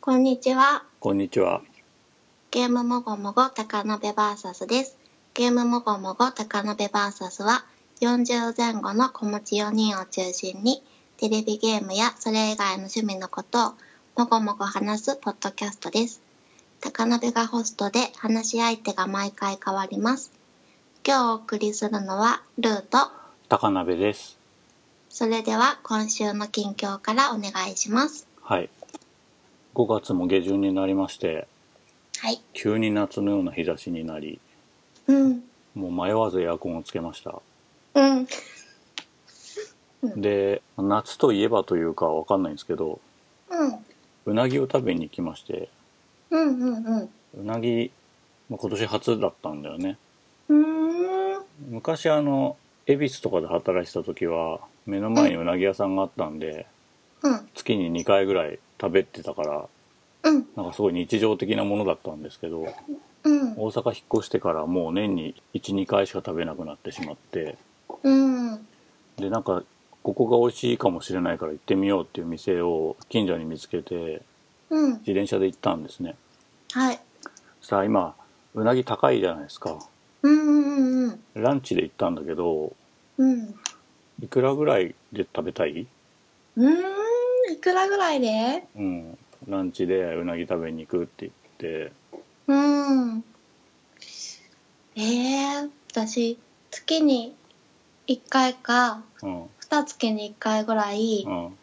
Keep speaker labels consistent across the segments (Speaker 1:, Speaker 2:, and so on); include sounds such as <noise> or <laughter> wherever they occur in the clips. Speaker 1: こんにちは。
Speaker 2: こんにちは。
Speaker 1: ゲームもごもご高鍋バーサスです。ゲームもごもご高鍋バーサスは40前後の子持ち4人を中心にテレビゲームやそれ以外の趣味のことをもごもご話すポッドキャストです。高鍋がホストで話し相手が毎回変わります。今日お送りするのはルート。
Speaker 2: 高鍋です。
Speaker 1: それでは今週の近況からお願いします。
Speaker 2: はい。5月も下旬になりまして、
Speaker 1: はい。
Speaker 2: 急に夏のような日差しになり、
Speaker 1: うん。
Speaker 2: もう迷わずエアコンをつけました。
Speaker 1: うん。
Speaker 2: で、夏といえばというかわかんないんですけど、
Speaker 1: うん。
Speaker 2: うなぎを食べに行きまして、
Speaker 1: うんうんうん。
Speaker 2: うなぎ、まあ今年初だったんだよね。
Speaker 1: うーん。
Speaker 2: 昔あの、恵比寿とかで働いてた時は、目の前にうなぎ屋さんがあったんで、
Speaker 1: うん。
Speaker 2: 月に2回ぐらい食べてたから、
Speaker 1: うん。
Speaker 2: なんかすごい日常的なものだったんですけど、
Speaker 1: うん。
Speaker 2: 大阪引っ越してからもう年に12回しか食べなくなってしまって
Speaker 1: うん。
Speaker 2: でなんかここが美味しいかもしれないから行ってみようっていう店を近所に見つけて
Speaker 1: うん。
Speaker 2: 自転車で行ったんですね
Speaker 1: はい。
Speaker 2: さあ今うなぎ高いじゃないですか
Speaker 1: うんうんうん。
Speaker 2: ランチで行ったんだけど
Speaker 1: うん。
Speaker 2: いくらぐらいで食べたいう
Speaker 1: ーん。いくらぐらいで
Speaker 2: うんランチでうなぎ食べに行くって言って
Speaker 1: うん。ええー、私、月に1回か、
Speaker 2: うん
Speaker 1: 2月に1回ぐらい
Speaker 2: うん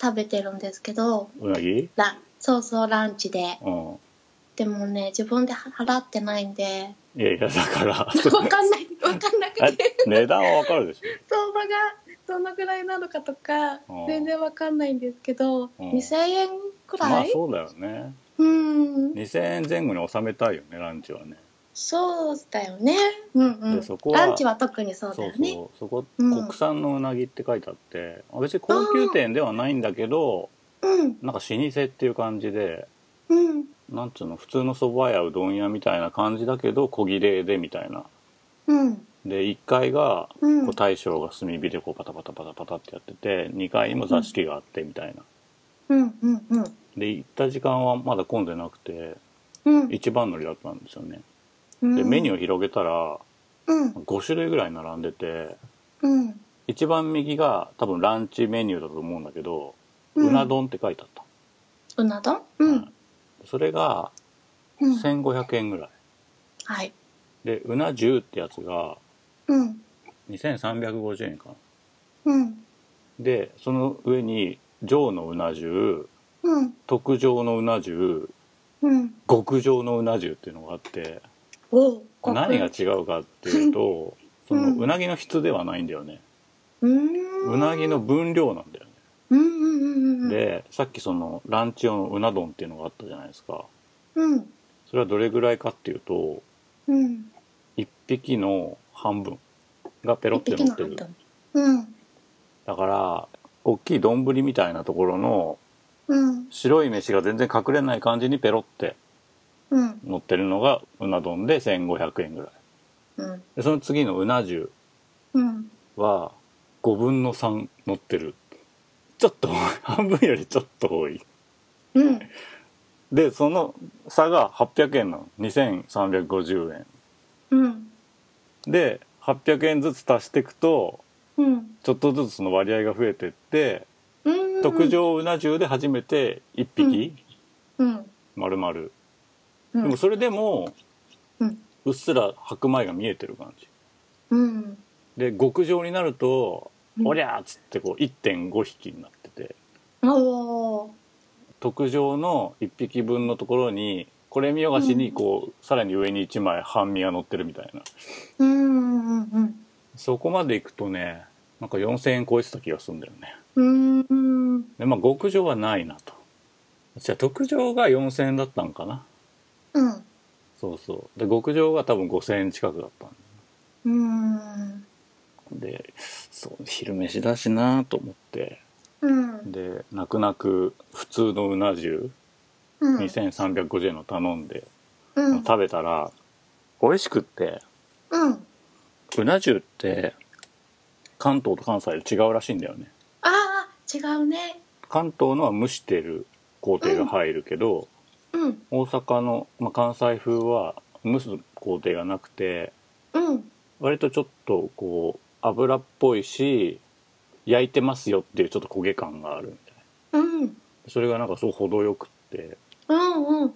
Speaker 1: 食べてるんですけど、
Speaker 2: うなぎ
Speaker 1: らそうそう、ランチで。
Speaker 2: うん
Speaker 1: でもね、自分で払ってないんで、
Speaker 2: いやいやだから
Speaker 1: <laughs> わかんない、わかんなく
Speaker 2: え
Speaker 1: て、
Speaker 2: 値段はわかるでし
Speaker 1: 相場がどのぐらいなのかとか
Speaker 2: うん、
Speaker 1: 全然わかんないんですけど、
Speaker 2: うん
Speaker 1: 2000円く
Speaker 2: ょま
Speaker 1: ら
Speaker 2: あ
Speaker 1: い
Speaker 2: そうだよね
Speaker 1: うん。
Speaker 2: 2000円前後に収めたいよねランチはね
Speaker 1: そうだよね。うんう
Speaker 2: で
Speaker 1: ん
Speaker 2: そこ。は
Speaker 1: ランチは特にそうだ
Speaker 2: そう
Speaker 1: よね。
Speaker 2: そうそこ、
Speaker 1: うん
Speaker 2: 国産のうなぎって書いてあってあ別に高級店ではないんだけど
Speaker 1: うん
Speaker 2: なんか老舗っていう感じで
Speaker 1: うん
Speaker 2: なんつうの普通の蕎麦屋うどん屋みたいな感じだけど小切れでみたいな
Speaker 1: うん
Speaker 2: で1階が
Speaker 1: うん
Speaker 2: こう大将が炭火でこうパタパタパタパタってやってて2階にも座敷があってみたいな
Speaker 1: うんうんうん
Speaker 2: で行った時間はまだ混んでなくて
Speaker 1: うん
Speaker 2: 一番乗りだったんですよね
Speaker 1: うん。
Speaker 2: でメニュー
Speaker 1: ュー。
Speaker 2: を広げたら
Speaker 1: うん
Speaker 2: 5種類ぐらい並んでて
Speaker 1: うん
Speaker 2: 一番右が多分ランチメニューだと思うんだけど、
Speaker 1: うん
Speaker 2: うな丼って書いてあった
Speaker 1: うな丼。うん
Speaker 2: それが
Speaker 1: うん
Speaker 2: 1500円ぐらい
Speaker 1: はい。
Speaker 2: でうな重ってやつが
Speaker 1: うん
Speaker 2: 2350円かな
Speaker 1: うん
Speaker 2: でその上に上のうな重
Speaker 1: うん
Speaker 2: 特上のうな重
Speaker 1: うん。
Speaker 2: 極上のうな重っていうのがあって
Speaker 1: おう
Speaker 2: これ何が。違うかってい
Speaker 1: <laughs>
Speaker 2: うとそのうなぎの質ではないんだよね
Speaker 1: うん。
Speaker 2: うなぎの。分量なんだよね
Speaker 1: うんうんうんうん。。
Speaker 2: でさっきそのランチ用のうな丼っていうのがあったじゃないですか
Speaker 1: うん
Speaker 2: それはどれぐらいかっていうと
Speaker 1: うん。
Speaker 2: 1匹の半分がペロって乗ってる
Speaker 1: 半分。うん
Speaker 2: だから大きい丼みたいなところの
Speaker 1: うん
Speaker 2: 白い飯が全然隠れない感じにペロって
Speaker 1: うん
Speaker 2: 乗ってるのがうな丼で1500円ぐらい
Speaker 1: うん
Speaker 2: でその次のうな重
Speaker 1: うん。
Speaker 2: は5分の3乗ってるちょっと <laughs> 多い半分よりちょっと多い
Speaker 1: うん。
Speaker 2: でその差が800円なの2350円
Speaker 1: うん
Speaker 2: で800円ずつ足していくと
Speaker 1: うん。
Speaker 2: ちょっとずつその割合が増えてって
Speaker 1: うん。
Speaker 2: 特。上うな重で初めて1匹
Speaker 1: うん。
Speaker 2: 丸々、
Speaker 1: うん
Speaker 2: でもそれでも
Speaker 1: うん。
Speaker 2: うっすら白米が見えてる感じ
Speaker 1: うん。
Speaker 2: で極上になると
Speaker 1: う
Speaker 2: 「
Speaker 1: ん
Speaker 2: おりゃ!」っつってこう1.5匹になってて
Speaker 1: おー。
Speaker 2: 特上の1匹分のところにこれ見よがしにこう、さらに上に1枚半身が乗ってるみたいな
Speaker 1: うんうんうん
Speaker 2: そこまでいくとねなんか4,000円超えてた気がするんだよね
Speaker 1: うん。うん。
Speaker 2: でまあ極上はないなとじゃあ特上が4,000円だったんかな
Speaker 1: うん。
Speaker 2: そうそうで極上が多分5,000円近くだったん
Speaker 1: うん。
Speaker 2: でそう昼飯だしなと思って
Speaker 1: うん。
Speaker 2: で泣く泣く普通のうな重
Speaker 1: うん。
Speaker 2: 2350円の頼んで、
Speaker 1: うん。
Speaker 2: 食べたら美味しくって
Speaker 1: うん。
Speaker 2: うな重って関東と関西で違うらしいんだよね
Speaker 1: ああ、違うね。
Speaker 2: 関東のは蒸してる工程が入るけど、
Speaker 1: うん
Speaker 2: 大阪の、まあ、関西風は蒸す工程がなくて
Speaker 1: うん
Speaker 2: 割とちょっとこう油っぽいし焼いてますよっていうちょっと焦げ感があるみたい
Speaker 1: うん
Speaker 2: なそれがなんかすごい程よくって、
Speaker 1: うんうん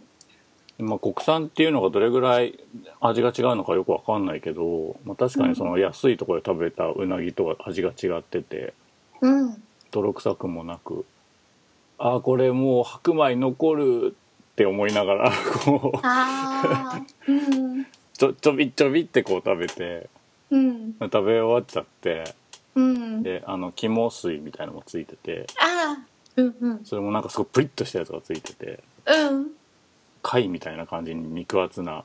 Speaker 2: まあ、国産っていうのがどれぐらい味が違うのかよくわかんないけど、まあ、確かにその安いところで食べたうなぎとは味が違ってて
Speaker 1: うん
Speaker 2: 泥臭くもなくああこれもう白米残るって思いながらこう
Speaker 1: あーうん
Speaker 2: ちょちょびちょびってこう食べて
Speaker 1: うん
Speaker 2: 食べ終わっちゃって
Speaker 1: うん
Speaker 2: であの肝水みたいのもついてて
Speaker 1: ああうんうん
Speaker 2: それもなんかすごいプリッとしたやつがついてて
Speaker 1: うん
Speaker 2: 貝みたいな感じに肉厚な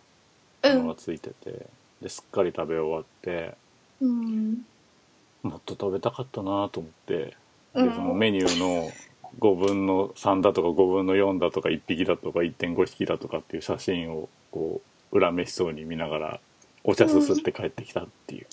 Speaker 1: う
Speaker 2: ものが
Speaker 1: ん
Speaker 2: ついててですっかり食べ終わって
Speaker 1: うん
Speaker 2: もっと食べたかったなと思って
Speaker 1: う
Speaker 2: で
Speaker 1: ん
Speaker 2: そのメニューの5分の3だとか5分の4だとか1匹だとか1.5匹だとかっていう写真をこう恨めしそうに見ながらお茶すすって帰ってきたっ
Speaker 1: <laughs>
Speaker 2: ていう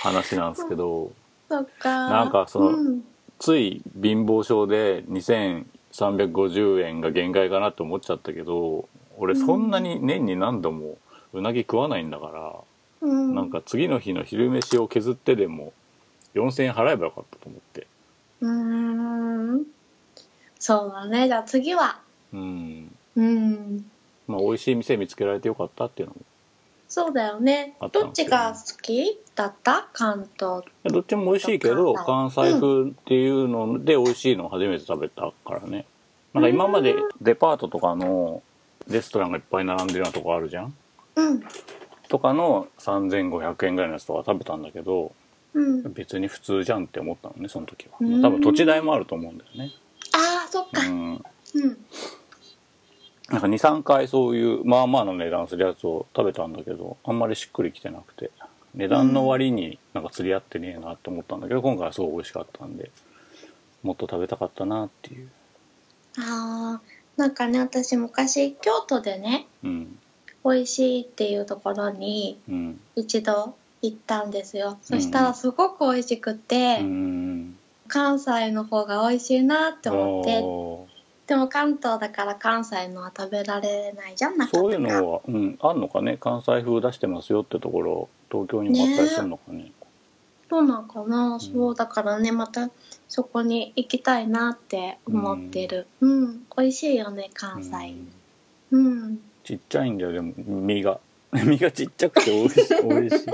Speaker 2: 話なんですけど。
Speaker 1: そっか
Speaker 2: なんかその
Speaker 1: うん
Speaker 2: つい貧乏症で2350円が限界かなって思っちゃったけど俺そんなに年に何度もうなぎ食わないんだから、
Speaker 1: うん
Speaker 2: なんか次の日の昼飯を削ってでも4,000円払えばよかったと思って
Speaker 1: うーんそうだねじゃあ次は
Speaker 2: うん
Speaker 1: うん
Speaker 2: まあ美味しい店見つけられてよかったっていうのも
Speaker 1: そうだよね
Speaker 2: あった
Speaker 1: ど
Speaker 2: ん
Speaker 1: っ
Speaker 2: です
Speaker 1: ち
Speaker 2: よ
Speaker 1: が好きだった関東
Speaker 2: いやどっちも美味しいけど関西風っていうので美味しいのを初めて食べたからねなんか今までデパートとかのレストランがいっぱい並んでるようなとこあるじゃん
Speaker 1: うん
Speaker 2: とかの3500円ぐらいのやつとか食べたんだけど
Speaker 1: うん
Speaker 2: 別に普通じゃんって思ったのねその時は
Speaker 1: うん
Speaker 2: 多分土地代もあると思うんだよね
Speaker 1: ああそっか
Speaker 2: うん
Speaker 1: うん
Speaker 2: なんか23回そういうまあまあの値段するやつを食べたんだけどあんまりしっくりきてなくて値段の割になんか釣り合ってねえなって思ったんだけど今回はすごい美味しかったんでもっと食べたかったなっていう
Speaker 1: ああなんかね私昔京都でね
Speaker 2: うん
Speaker 1: 美味しいっていうところに
Speaker 2: うん
Speaker 1: 一度行ったんですよそしたらすごく美味しくて、
Speaker 2: うん
Speaker 1: 関西の方が美味しいなって思って
Speaker 2: おー
Speaker 1: でも関東だから関西のは食べられないじゃんなか
Speaker 2: そうい
Speaker 1: な
Speaker 2: う
Speaker 1: か
Speaker 2: のは、うん、あんのかね関西風出してますよってところ東京にもあったりするのかね
Speaker 1: そうなんかな、そうだからねまたそこに行きたいなって思ってるうん、美味しいよね関西
Speaker 2: うん
Speaker 1: うん、
Speaker 2: ちっちゃいんだよでも身が <laughs> 身がちっちゃくて美味しい美味しい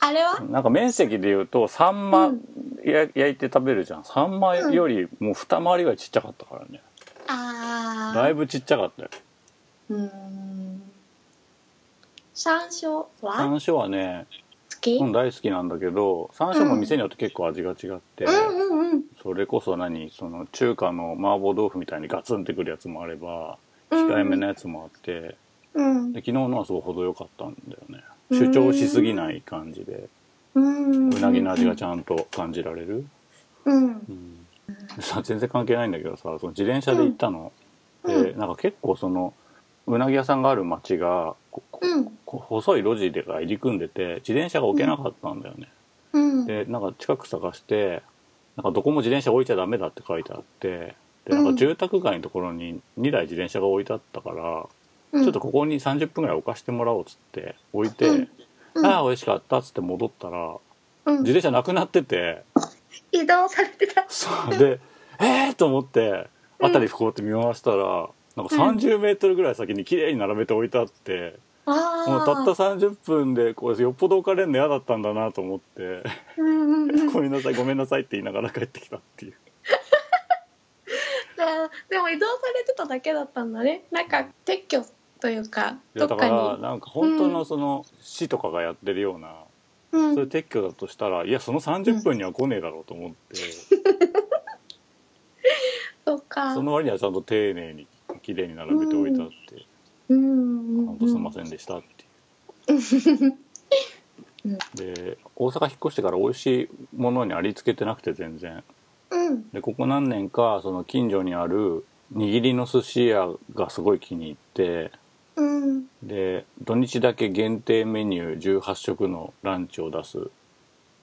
Speaker 1: あれは
Speaker 2: なんか面積でいうとサンマ
Speaker 1: うん
Speaker 2: や焼いて食べるじゃんサンマよりもう二回りぐらいちっちゃかったからね
Speaker 1: あー
Speaker 2: だいぶちっちゃかったよ
Speaker 1: うん山椒は
Speaker 2: 山椒はね
Speaker 1: 好き、う
Speaker 2: うん
Speaker 1: ん、
Speaker 2: 大好きなんだけど山椒も店によって結構味が違って、
Speaker 1: うんうん
Speaker 2: それこそ何その中華の麻婆豆腐みたいにガツンってくるやつもあれば
Speaker 1: うん
Speaker 2: 控えめなやつもあって
Speaker 1: うん
Speaker 2: で昨日のはすごい程よかったんだよね主張しすぎない感じで
Speaker 1: うん
Speaker 2: うなぎの味がちゃんと感じられる
Speaker 1: うん
Speaker 2: うん <laughs> さ全然関係ないんだけどさその自転車で行ったの、
Speaker 1: うん
Speaker 2: でなんか結構そのうなぎ屋さんがある町がここ
Speaker 1: うん
Speaker 2: こ細い路地が入り組んでて自転車が置けなかったんだよね、
Speaker 1: うん
Speaker 2: でなんか近く探してなんかどこも自転車置いちゃダメだって書いてあってでなん
Speaker 1: う
Speaker 2: か
Speaker 1: ん
Speaker 2: 住宅街のところに2台自転車が置いてあったから、
Speaker 1: うん
Speaker 2: ちょっとここに30分ぐらい置かしてもらおうっつって置いて、
Speaker 1: うんうん
Speaker 2: ああ美味しかったっつって戻ったら
Speaker 1: うん
Speaker 2: 自転車なくなってて。
Speaker 1: 移動されてた
Speaker 2: そうで「えー!」と思って
Speaker 1: うん
Speaker 2: 辺りこうやって見回したら、なんか3 0ルぐらい先に綺麗に並べて置いてあって、
Speaker 1: ああ
Speaker 2: もうたった30分でこうよっぽど置かれるの嫌だったんだなと思って
Speaker 1: うんうんうん
Speaker 2: 「ごめんなさいごめんなさい」って言いながら帰ってきたっていう
Speaker 1: あーでも移動されてただけだったんだねなんか撤去というか
Speaker 2: い
Speaker 1: ど
Speaker 2: や
Speaker 1: っか
Speaker 2: だか
Speaker 1: に
Speaker 2: らなんか本当のその市とかがやってるような、
Speaker 1: う、
Speaker 2: そういうん撤去だとしたらいやその30分には来ねえだろうと思って、
Speaker 1: そっか
Speaker 2: その割にはちゃんと丁寧に綺麗に並べて置いてあって
Speaker 1: うんうん
Speaker 2: 本当すいませんでしたっていう
Speaker 1: うん
Speaker 2: <laughs> で大阪引っ越してから美味しいものにありつけてなくて全然
Speaker 1: うん
Speaker 2: でここ何年かその近所にある握りの寿司屋がすごい気に入って
Speaker 1: うん
Speaker 2: で土日だけ限定メニュー18食のランチを出す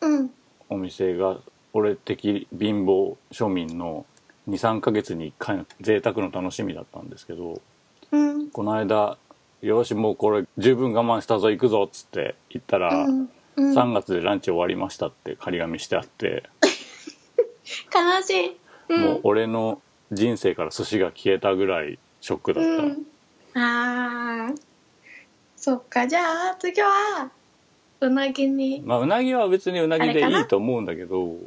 Speaker 1: うん
Speaker 2: お店が俺的貧乏庶民の23ヶ月に1回の贅沢の楽しみだったんですけど
Speaker 1: うん。
Speaker 2: この間「よしもうこれ十分我慢したぞ行くぞ」っつって行ったら、
Speaker 1: うん。うん。
Speaker 2: 3月でランチ終わりましたって張り紙してあって、
Speaker 1: 悲しい。うん。
Speaker 2: もう俺の人生から寿司が消えたぐらいショックだった、
Speaker 1: うん、あーそっかじゃあ次はうなぎに
Speaker 2: まあうなぎは別にうなぎで
Speaker 1: あれか
Speaker 2: い
Speaker 1: ない
Speaker 2: と思うんだけど
Speaker 1: うん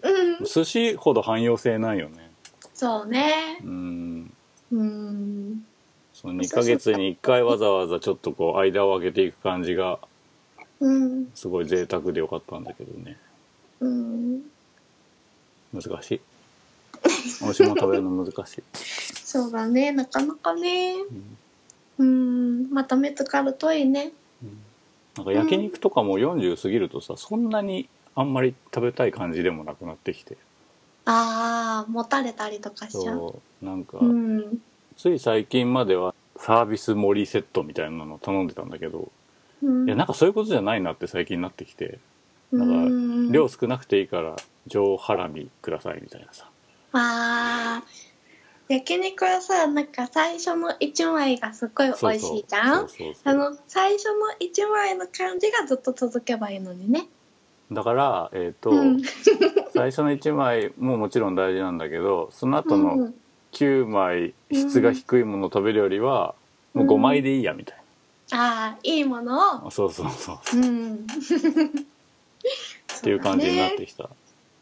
Speaker 2: 寿司ほど汎用性ないよね
Speaker 1: そうね
Speaker 2: うん
Speaker 1: うん
Speaker 2: その2ヶ月に1回わざわざちょっとこう間を空けていく感じが
Speaker 1: うん
Speaker 2: すごい贅沢でよかったんだけどね
Speaker 1: うん
Speaker 2: 難し
Speaker 1: <laughs>
Speaker 2: いおしも食べるの難しい、
Speaker 1: そうだねなかなかね
Speaker 2: う
Speaker 1: う
Speaker 2: ん
Speaker 1: んまた見つかるといいね
Speaker 2: うんなんか焼肉とかも40過ぎるとさそんなにあんまり食べたい感じでもなくなってきて
Speaker 1: ああ持たれたりとかしちゃう
Speaker 2: そうなんか、
Speaker 1: うん
Speaker 2: つい最近まではサービス盛りセットみたいなの頼んでたんだけど、
Speaker 1: うん
Speaker 2: いやなんかそういうことじゃないなって最近になってきてなんか
Speaker 1: うん
Speaker 2: 量少なくていいから上ハラミくださいみたいなさ
Speaker 1: あー焼肉はさなんか最初の一枚がすっごい美味しいじゃん
Speaker 2: そうそうそうそう
Speaker 1: あの最初の1枚の感じがずっと続けばいいのにね。
Speaker 2: だから、えーと
Speaker 1: うん
Speaker 2: 最初の1枚ももちろん大事なんだけどその後
Speaker 1: う
Speaker 2: の
Speaker 1: ん
Speaker 2: 9枚質が低いものを食べるよりは、
Speaker 1: うん
Speaker 2: もう5枚でいいやみたい
Speaker 1: ああいいもの
Speaker 2: な、
Speaker 1: を。
Speaker 2: そうそうそうっ
Speaker 1: うん、
Speaker 2: ていう感じになってきた、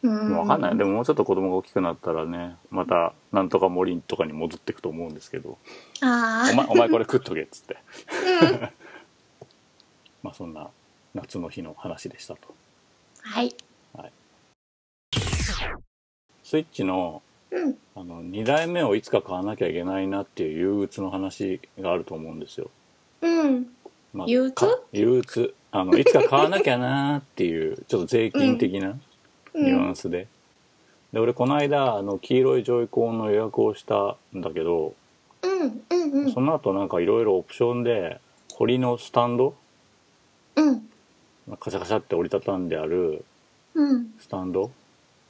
Speaker 1: そうだね。
Speaker 2: もう分かんないで
Speaker 1: も
Speaker 2: ももうちょっと子供が大きくなったらねまたなんとか森とかに戻ってくと思うんですけど
Speaker 1: あ
Speaker 2: 「
Speaker 1: <laughs>
Speaker 2: お
Speaker 1: あ、
Speaker 2: 前お前これ食っとけ」っつって
Speaker 1: うん、
Speaker 2: まあそんな夏の日の話でしたと。
Speaker 1: はい。
Speaker 2: スイッチの
Speaker 1: うん
Speaker 2: あの2代目をいつか買わなきゃいけないなっていう憂鬱の話があると思うんですよ。
Speaker 1: うん
Speaker 2: まあ
Speaker 1: 憂鬱
Speaker 2: か憂鬱あのいつか買わなきゃなーっていうちょっと税金的な
Speaker 1: う
Speaker 2: ニュア
Speaker 1: ん
Speaker 2: ンスで、で俺この間あの黄色いジョイコンの予約をしたんだけど、
Speaker 1: うんうんうん
Speaker 2: その後なんかいろいろオプションで堀のスタンド
Speaker 1: うん
Speaker 2: カシャカシャって折りたたんである
Speaker 1: うん。
Speaker 2: スタンド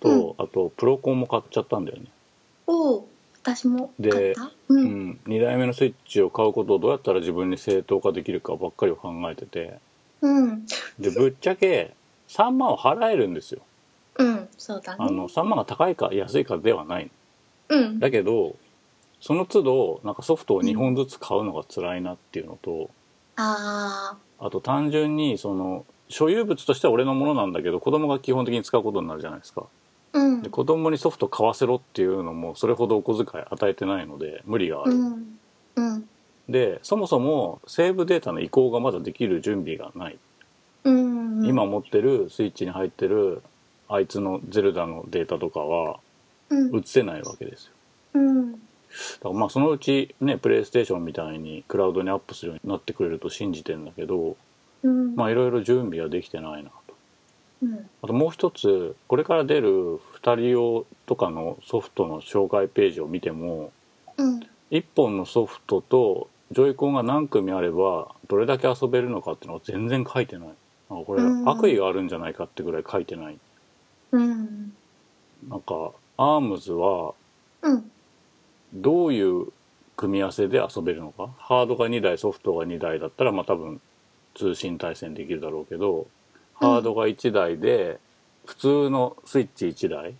Speaker 2: と、あとプロコンも買っちゃったんだよね、
Speaker 1: おお、私も
Speaker 2: で
Speaker 1: 買った。う
Speaker 2: うんん、2代目のスイッチを買うことをどうやったら自分に正当化できるかばっかりを考えてて
Speaker 1: うん
Speaker 2: でぶっちゃけ3万を払えるんですよ
Speaker 1: うんそうだ
Speaker 2: あ
Speaker 1: ね。
Speaker 2: の3万が高いか安いかではない
Speaker 1: うん
Speaker 2: だけどその都度なんかソフトを2本ずつ買うのが辛いなっていうのと
Speaker 1: ああ
Speaker 2: あと単純にその所有物としては俺のものなんだけど子供が基本的に使うことになるじゃないですか
Speaker 1: うん
Speaker 2: で子供にソフト買わせろっていうのもそれほどお小遣い与えてないので無理があ
Speaker 1: う
Speaker 2: る、
Speaker 1: んうん
Speaker 2: でそもそもセーブデータの移行がまだできる準備がない、
Speaker 1: うん
Speaker 2: 今持ってるスイッチに入ってるあいつのゼルダのデータとかは
Speaker 1: うん
Speaker 2: 移せないわけですよ
Speaker 1: うん
Speaker 2: だからまあそのうちねプレイステーションみたいにクラウドにアップするようになってくれると信じてんだけど
Speaker 1: うん
Speaker 2: まあいろいろ準備ができてないなと
Speaker 1: うん
Speaker 2: あともう一つこれから出る2人用とかのソフトの紹介ページを見ても
Speaker 1: うん
Speaker 2: 1本のソフトとジョイコンが何組あればどれだけ遊べるのかっていうのが全然書いてないなんかこれ
Speaker 1: うん
Speaker 2: 悪意があるんじゃないかってぐらい書いてない
Speaker 1: うん
Speaker 2: なんかアームズは
Speaker 1: うん
Speaker 2: どういう組み合わせで遊べるのかハードが2台ソフトが2台だったらまあ多分通信対戦できるだろうけ
Speaker 1: う
Speaker 2: ど
Speaker 1: ん
Speaker 2: ハードが1台で普通のスイッチ1台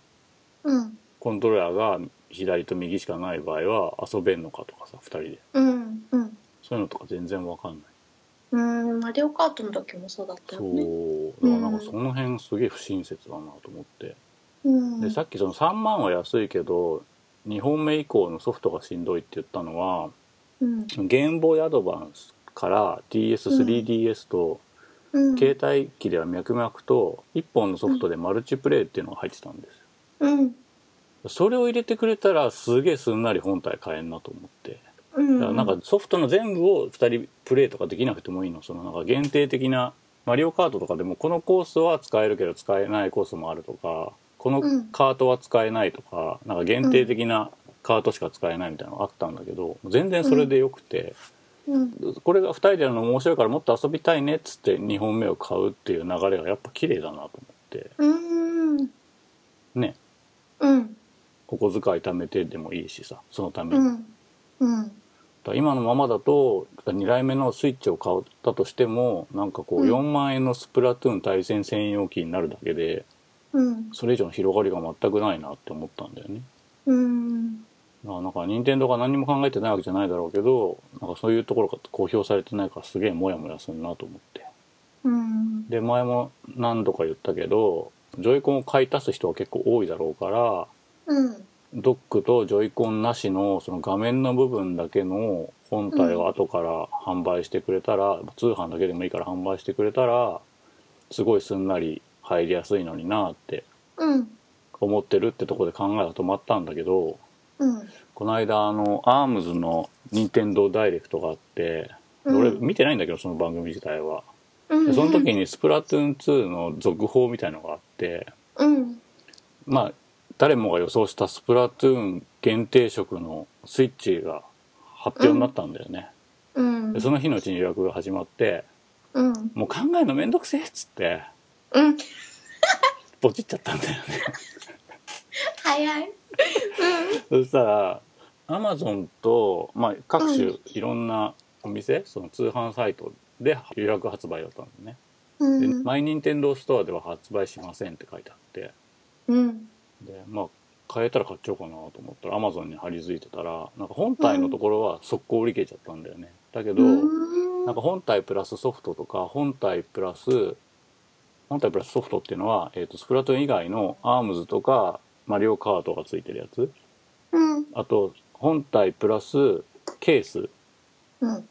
Speaker 1: うん
Speaker 2: コントローラーが左と右しかない場合は遊べんのかとかさ2人で
Speaker 1: うんうん
Speaker 2: そういうのとか全然わかんない
Speaker 1: うんマリオカートの時もそうだったよ
Speaker 2: そ
Speaker 1: ね
Speaker 2: う
Speaker 1: う
Speaker 2: だ
Speaker 1: ん
Speaker 2: からなんかその辺すげえ不親切だなと思って
Speaker 1: うん
Speaker 2: でさっきその3万は安いけど2本目以降のソフトがしんどいって言ったのは
Speaker 1: うん
Speaker 2: ゲームボーイアドバンスから DS3DS と
Speaker 1: うん
Speaker 2: 携帯機では脈々と1本のソフトでマルチプレイっていうのが入ってたんですよ
Speaker 1: うん
Speaker 2: それを入れてくれたらすげえすんなり本体買えんなと思って
Speaker 1: うん
Speaker 2: だからなんかソフトの全部を2人プレイとかできなくてもいいのそのなんか限定的な「マリオカート」とかでもこのコースは使えるけど使えないコースもあるとかこの
Speaker 1: うん
Speaker 2: カートは使えないとかなんか限定的なカートしか使えないみたいなのがあったんだけど全然それでよくて
Speaker 1: うん
Speaker 2: これが2人でやるの面白いからもっと遊びたいねっつって2本目を買うっていう流れがやっぱ綺麗だなと思って
Speaker 1: うん
Speaker 2: ね
Speaker 1: うん
Speaker 2: お小遣い貯めてでもいいしさそのため
Speaker 1: う
Speaker 2: に、
Speaker 1: んうん
Speaker 2: だから今のままだと2代目のスイッチを買ったとしてもなんかこう
Speaker 1: うん
Speaker 2: 4万円のスプラトゥーン対戦専用機になるだけで
Speaker 1: うん
Speaker 2: それ以上の広がりが全くないなって思ったんだよね
Speaker 1: うん
Speaker 2: だからなんか任天堂が何も考えてないわけじゃないだろうけどなんかそういうところが公表されてないからすげえモヤモヤするなと思って
Speaker 1: うん
Speaker 2: で前も何度か言ったけどジョイコンを買い足す人は結構多いだろうから
Speaker 1: うん
Speaker 2: ドックとジョイコンなしのその画面の部分だけの本体を後から販売してくれたら、通販だけでもいいから販売してくれたらすごいすんなり入りやすいのになって
Speaker 1: うん
Speaker 2: 思ってるってとこで考えが止まったんだけど
Speaker 1: うん
Speaker 2: この間あのアームズの任天堂ダイレクトがあってで
Speaker 1: うん
Speaker 2: 俺見てないんだけどその番組自体は
Speaker 1: うん
Speaker 2: でその時に「スプラトゥーン2」の続報みたいのがあって
Speaker 1: うん
Speaker 2: まあ誰もが予想したスプラトゥーン限定色のスイッチが発表になったんだよね、
Speaker 1: うん
Speaker 2: でその日のうちに予約が始まって
Speaker 1: うん
Speaker 2: もう考えるのめんどくせえっつって
Speaker 1: うん
Speaker 2: ポチっちゃったんだよね <laughs>
Speaker 1: 早い
Speaker 2: そしたらアマゾンと、まあ、各種いろんなお店、その通販サイトで予約発売だったんだね、
Speaker 1: う
Speaker 2: で
Speaker 1: ん
Speaker 2: マイニンテンドーストアでは発売しませんって書いてあって
Speaker 1: うん
Speaker 2: でまあ買えたら買っちゃおうかなと思ったらアマゾンに貼り付いてたらなんか本体のところは速攻売り切れちゃったんだよね、だけど、
Speaker 1: うん
Speaker 2: なんか本体プラスソフトとか本体プラス本体プラスソフトっていうのは、えー、とスプラトゥーン以外のアームズとかマリオカートが付いてるやつ
Speaker 1: うん
Speaker 2: あと本体プラスケース
Speaker 1: うん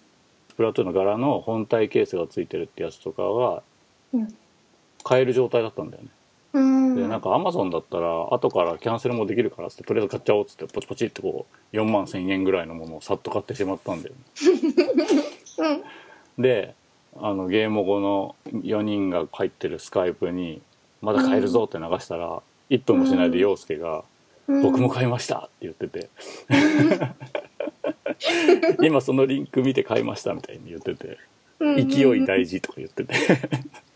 Speaker 2: スプラトゥーンの柄の本体ケースが付いてるってやつとかは
Speaker 1: うん
Speaker 2: 買える状態だったんだよね
Speaker 1: うん
Speaker 2: でなんかアマゾンだったら後からキャンセルもできるからっつってとりあえず買っちゃおうっつってポチポチってこう4万1000円ぐらいのものをさっと買ってしまったんだよね
Speaker 1: うん
Speaker 2: であのゲーム後の4人が入ってるスカイプに「まだ買えるぞ」って流したら、1分もしないで陽介が「僕も買いました」って言ってて「今そのリンク見て買いました」みたいに言ってて「勢い大事」とか言ってて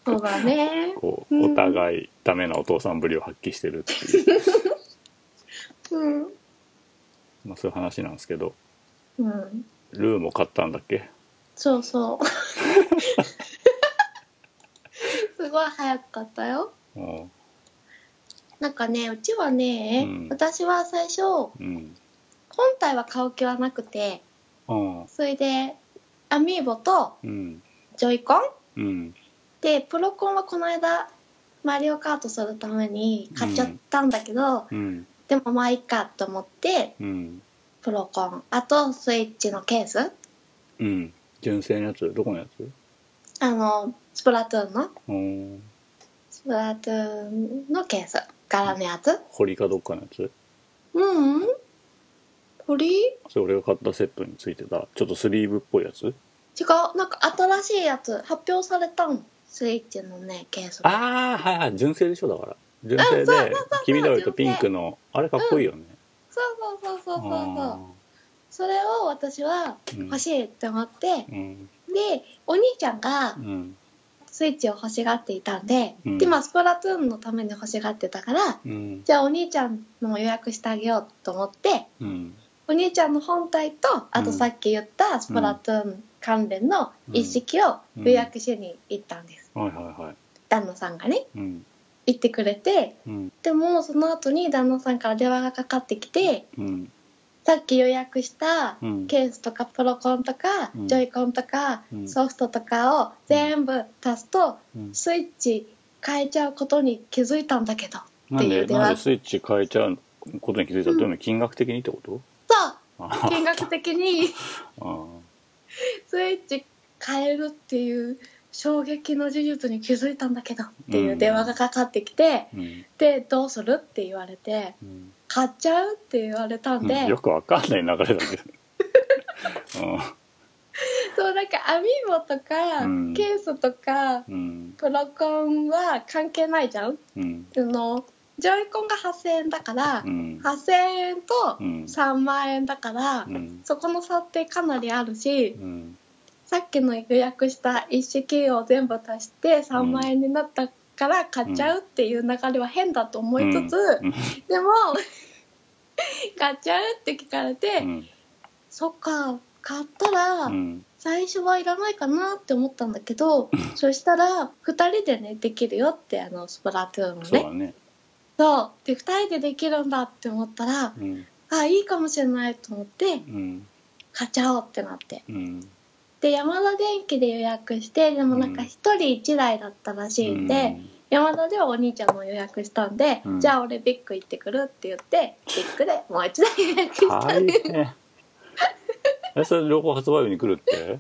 Speaker 1: そうだね
Speaker 2: こ
Speaker 1: う
Speaker 2: うんお互いダメなお父さんぶりを発揮してるっていう、
Speaker 1: うん
Speaker 2: まあ、そういう話なんですけど
Speaker 1: うん
Speaker 2: ルーも買ったんだっけ
Speaker 1: そうそうすごい早かったよ
Speaker 2: うん
Speaker 1: なんかねうちはね、
Speaker 2: うん
Speaker 1: 私は最初本
Speaker 2: うん
Speaker 1: 体は買う気はなくて
Speaker 2: うん
Speaker 1: それでアミーボと
Speaker 2: うん
Speaker 1: ジョイコン
Speaker 2: うん
Speaker 1: でプロコンはこの間マリオカートするために買っちゃったんだけど、
Speaker 2: うん
Speaker 1: でもまあいいかと思って
Speaker 2: うん
Speaker 1: プロコンあとスイッチのケース
Speaker 2: うん純正のやつどこのやつ
Speaker 1: あのスプラトゥーンの
Speaker 2: うん
Speaker 1: スプラトゥーンのケース柄のやつ
Speaker 2: 堀かどっかのやつ
Speaker 1: うんこれ違
Speaker 2: それ俺が買ったセットについてたちょっとスリーブっぽいやつ
Speaker 1: うなんか新しいやつ発表されたのスイッチのねケース
Speaker 2: ああはいはい純正でしょだから純正
Speaker 1: うんそうそう
Speaker 2: で
Speaker 1: そうそう
Speaker 2: 黄緑とピンクのあれかっこいいよね、
Speaker 1: そうそうそうそうそうそう
Speaker 2: あ
Speaker 1: それを私は欲しいって思って、
Speaker 2: ーうん
Speaker 1: でお兄ちゃんが
Speaker 2: うん
Speaker 1: スイッチを欲しがっていたんで、
Speaker 2: うん
Speaker 1: で今スプラトゥーンのために欲しがってたから
Speaker 2: うん
Speaker 1: じゃあお兄ちゃんのも予約してあげようと思って
Speaker 2: うん
Speaker 1: お兄ちゃんの本体とあとさっき言ったスプラトゥーン関連の一式を予約しに行ったんです、
Speaker 2: はいはいはい
Speaker 1: 旦那さんがね
Speaker 2: うん
Speaker 1: 行ってくれて
Speaker 2: うん
Speaker 1: でもその後に旦那さんから電話がかかってきて
Speaker 2: うん
Speaker 1: さっき予約した
Speaker 2: うん
Speaker 1: ケースとかプロコンとか、
Speaker 2: うん
Speaker 1: ジョイコンとか、
Speaker 2: うん
Speaker 1: ソフトとかを全部足すと、
Speaker 2: うん
Speaker 1: スイッチ変えちゃうことに気づいたんだけど
Speaker 2: な
Speaker 1: って
Speaker 2: ん
Speaker 1: い
Speaker 2: で
Speaker 1: う電
Speaker 2: なんで
Speaker 1: 話そ
Speaker 2: スイッチ変えちゃうことに気づいたっていうのは金額的にってこと
Speaker 1: う
Speaker 2: <laughs> あ
Speaker 1: 見学的に
Speaker 2: ー
Speaker 1: スイッチ変えるっていう衝撃の事実に気づいたんだけどっていううん電話がかかってきて、
Speaker 2: うん
Speaker 1: でどうするって言われて
Speaker 2: うん
Speaker 1: 買っちゃうって言われたんで、
Speaker 2: うんよくわかんない流れだけど
Speaker 1: そうなんかアミーボとか、
Speaker 2: うん
Speaker 1: ケースとか
Speaker 2: うんうん
Speaker 1: プロコンは関係ないじゃん
Speaker 2: うん
Speaker 1: あのジョイコンが8000円だから、
Speaker 2: うん
Speaker 1: 8000円と
Speaker 2: うん
Speaker 1: 3万円だから、
Speaker 2: うん
Speaker 1: そこの差ってかなりあるし、
Speaker 2: うん
Speaker 1: さっきの予約した一式を全部足して3万円になったから買っちゃうっていう流れは変だと思いつつ、
Speaker 2: うん
Speaker 1: でも <laughs> 買っちゃうって聞かれて、
Speaker 2: うん
Speaker 1: そっか買ったら
Speaker 2: うん
Speaker 1: 最初はいらないかなって思ったんだけど、そしたら2人でねできるよってあのスプラトゥーンを
Speaker 2: そう
Speaker 1: ね
Speaker 2: だね、
Speaker 1: そうで2人でできるんだって思ったら
Speaker 2: うん
Speaker 1: あいいかもしれないと思って
Speaker 2: うん
Speaker 1: 買っちゃおうってなって
Speaker 2: うん
Speaker 1: で山田電機で予約してでもなんか
Speaker 2: う
Speaker 1: 1
Speaker 2: ん
Speaker 1: 人1台だったらしいんで、山田ではお兄ちゃんも予約したんで、
Speaker 2: うん
Speaker 1: じゃあ俺ビッグ行ってくるって言ってビッグでもう1台
Speaker 2: <laughs>
Speaker 1: 予約し
Speaker 2: うん、
Speaker 1: た
Speaker 2: 大
Speaker 1: んで
Speaker 2: 変えそれ両方発売日に来るって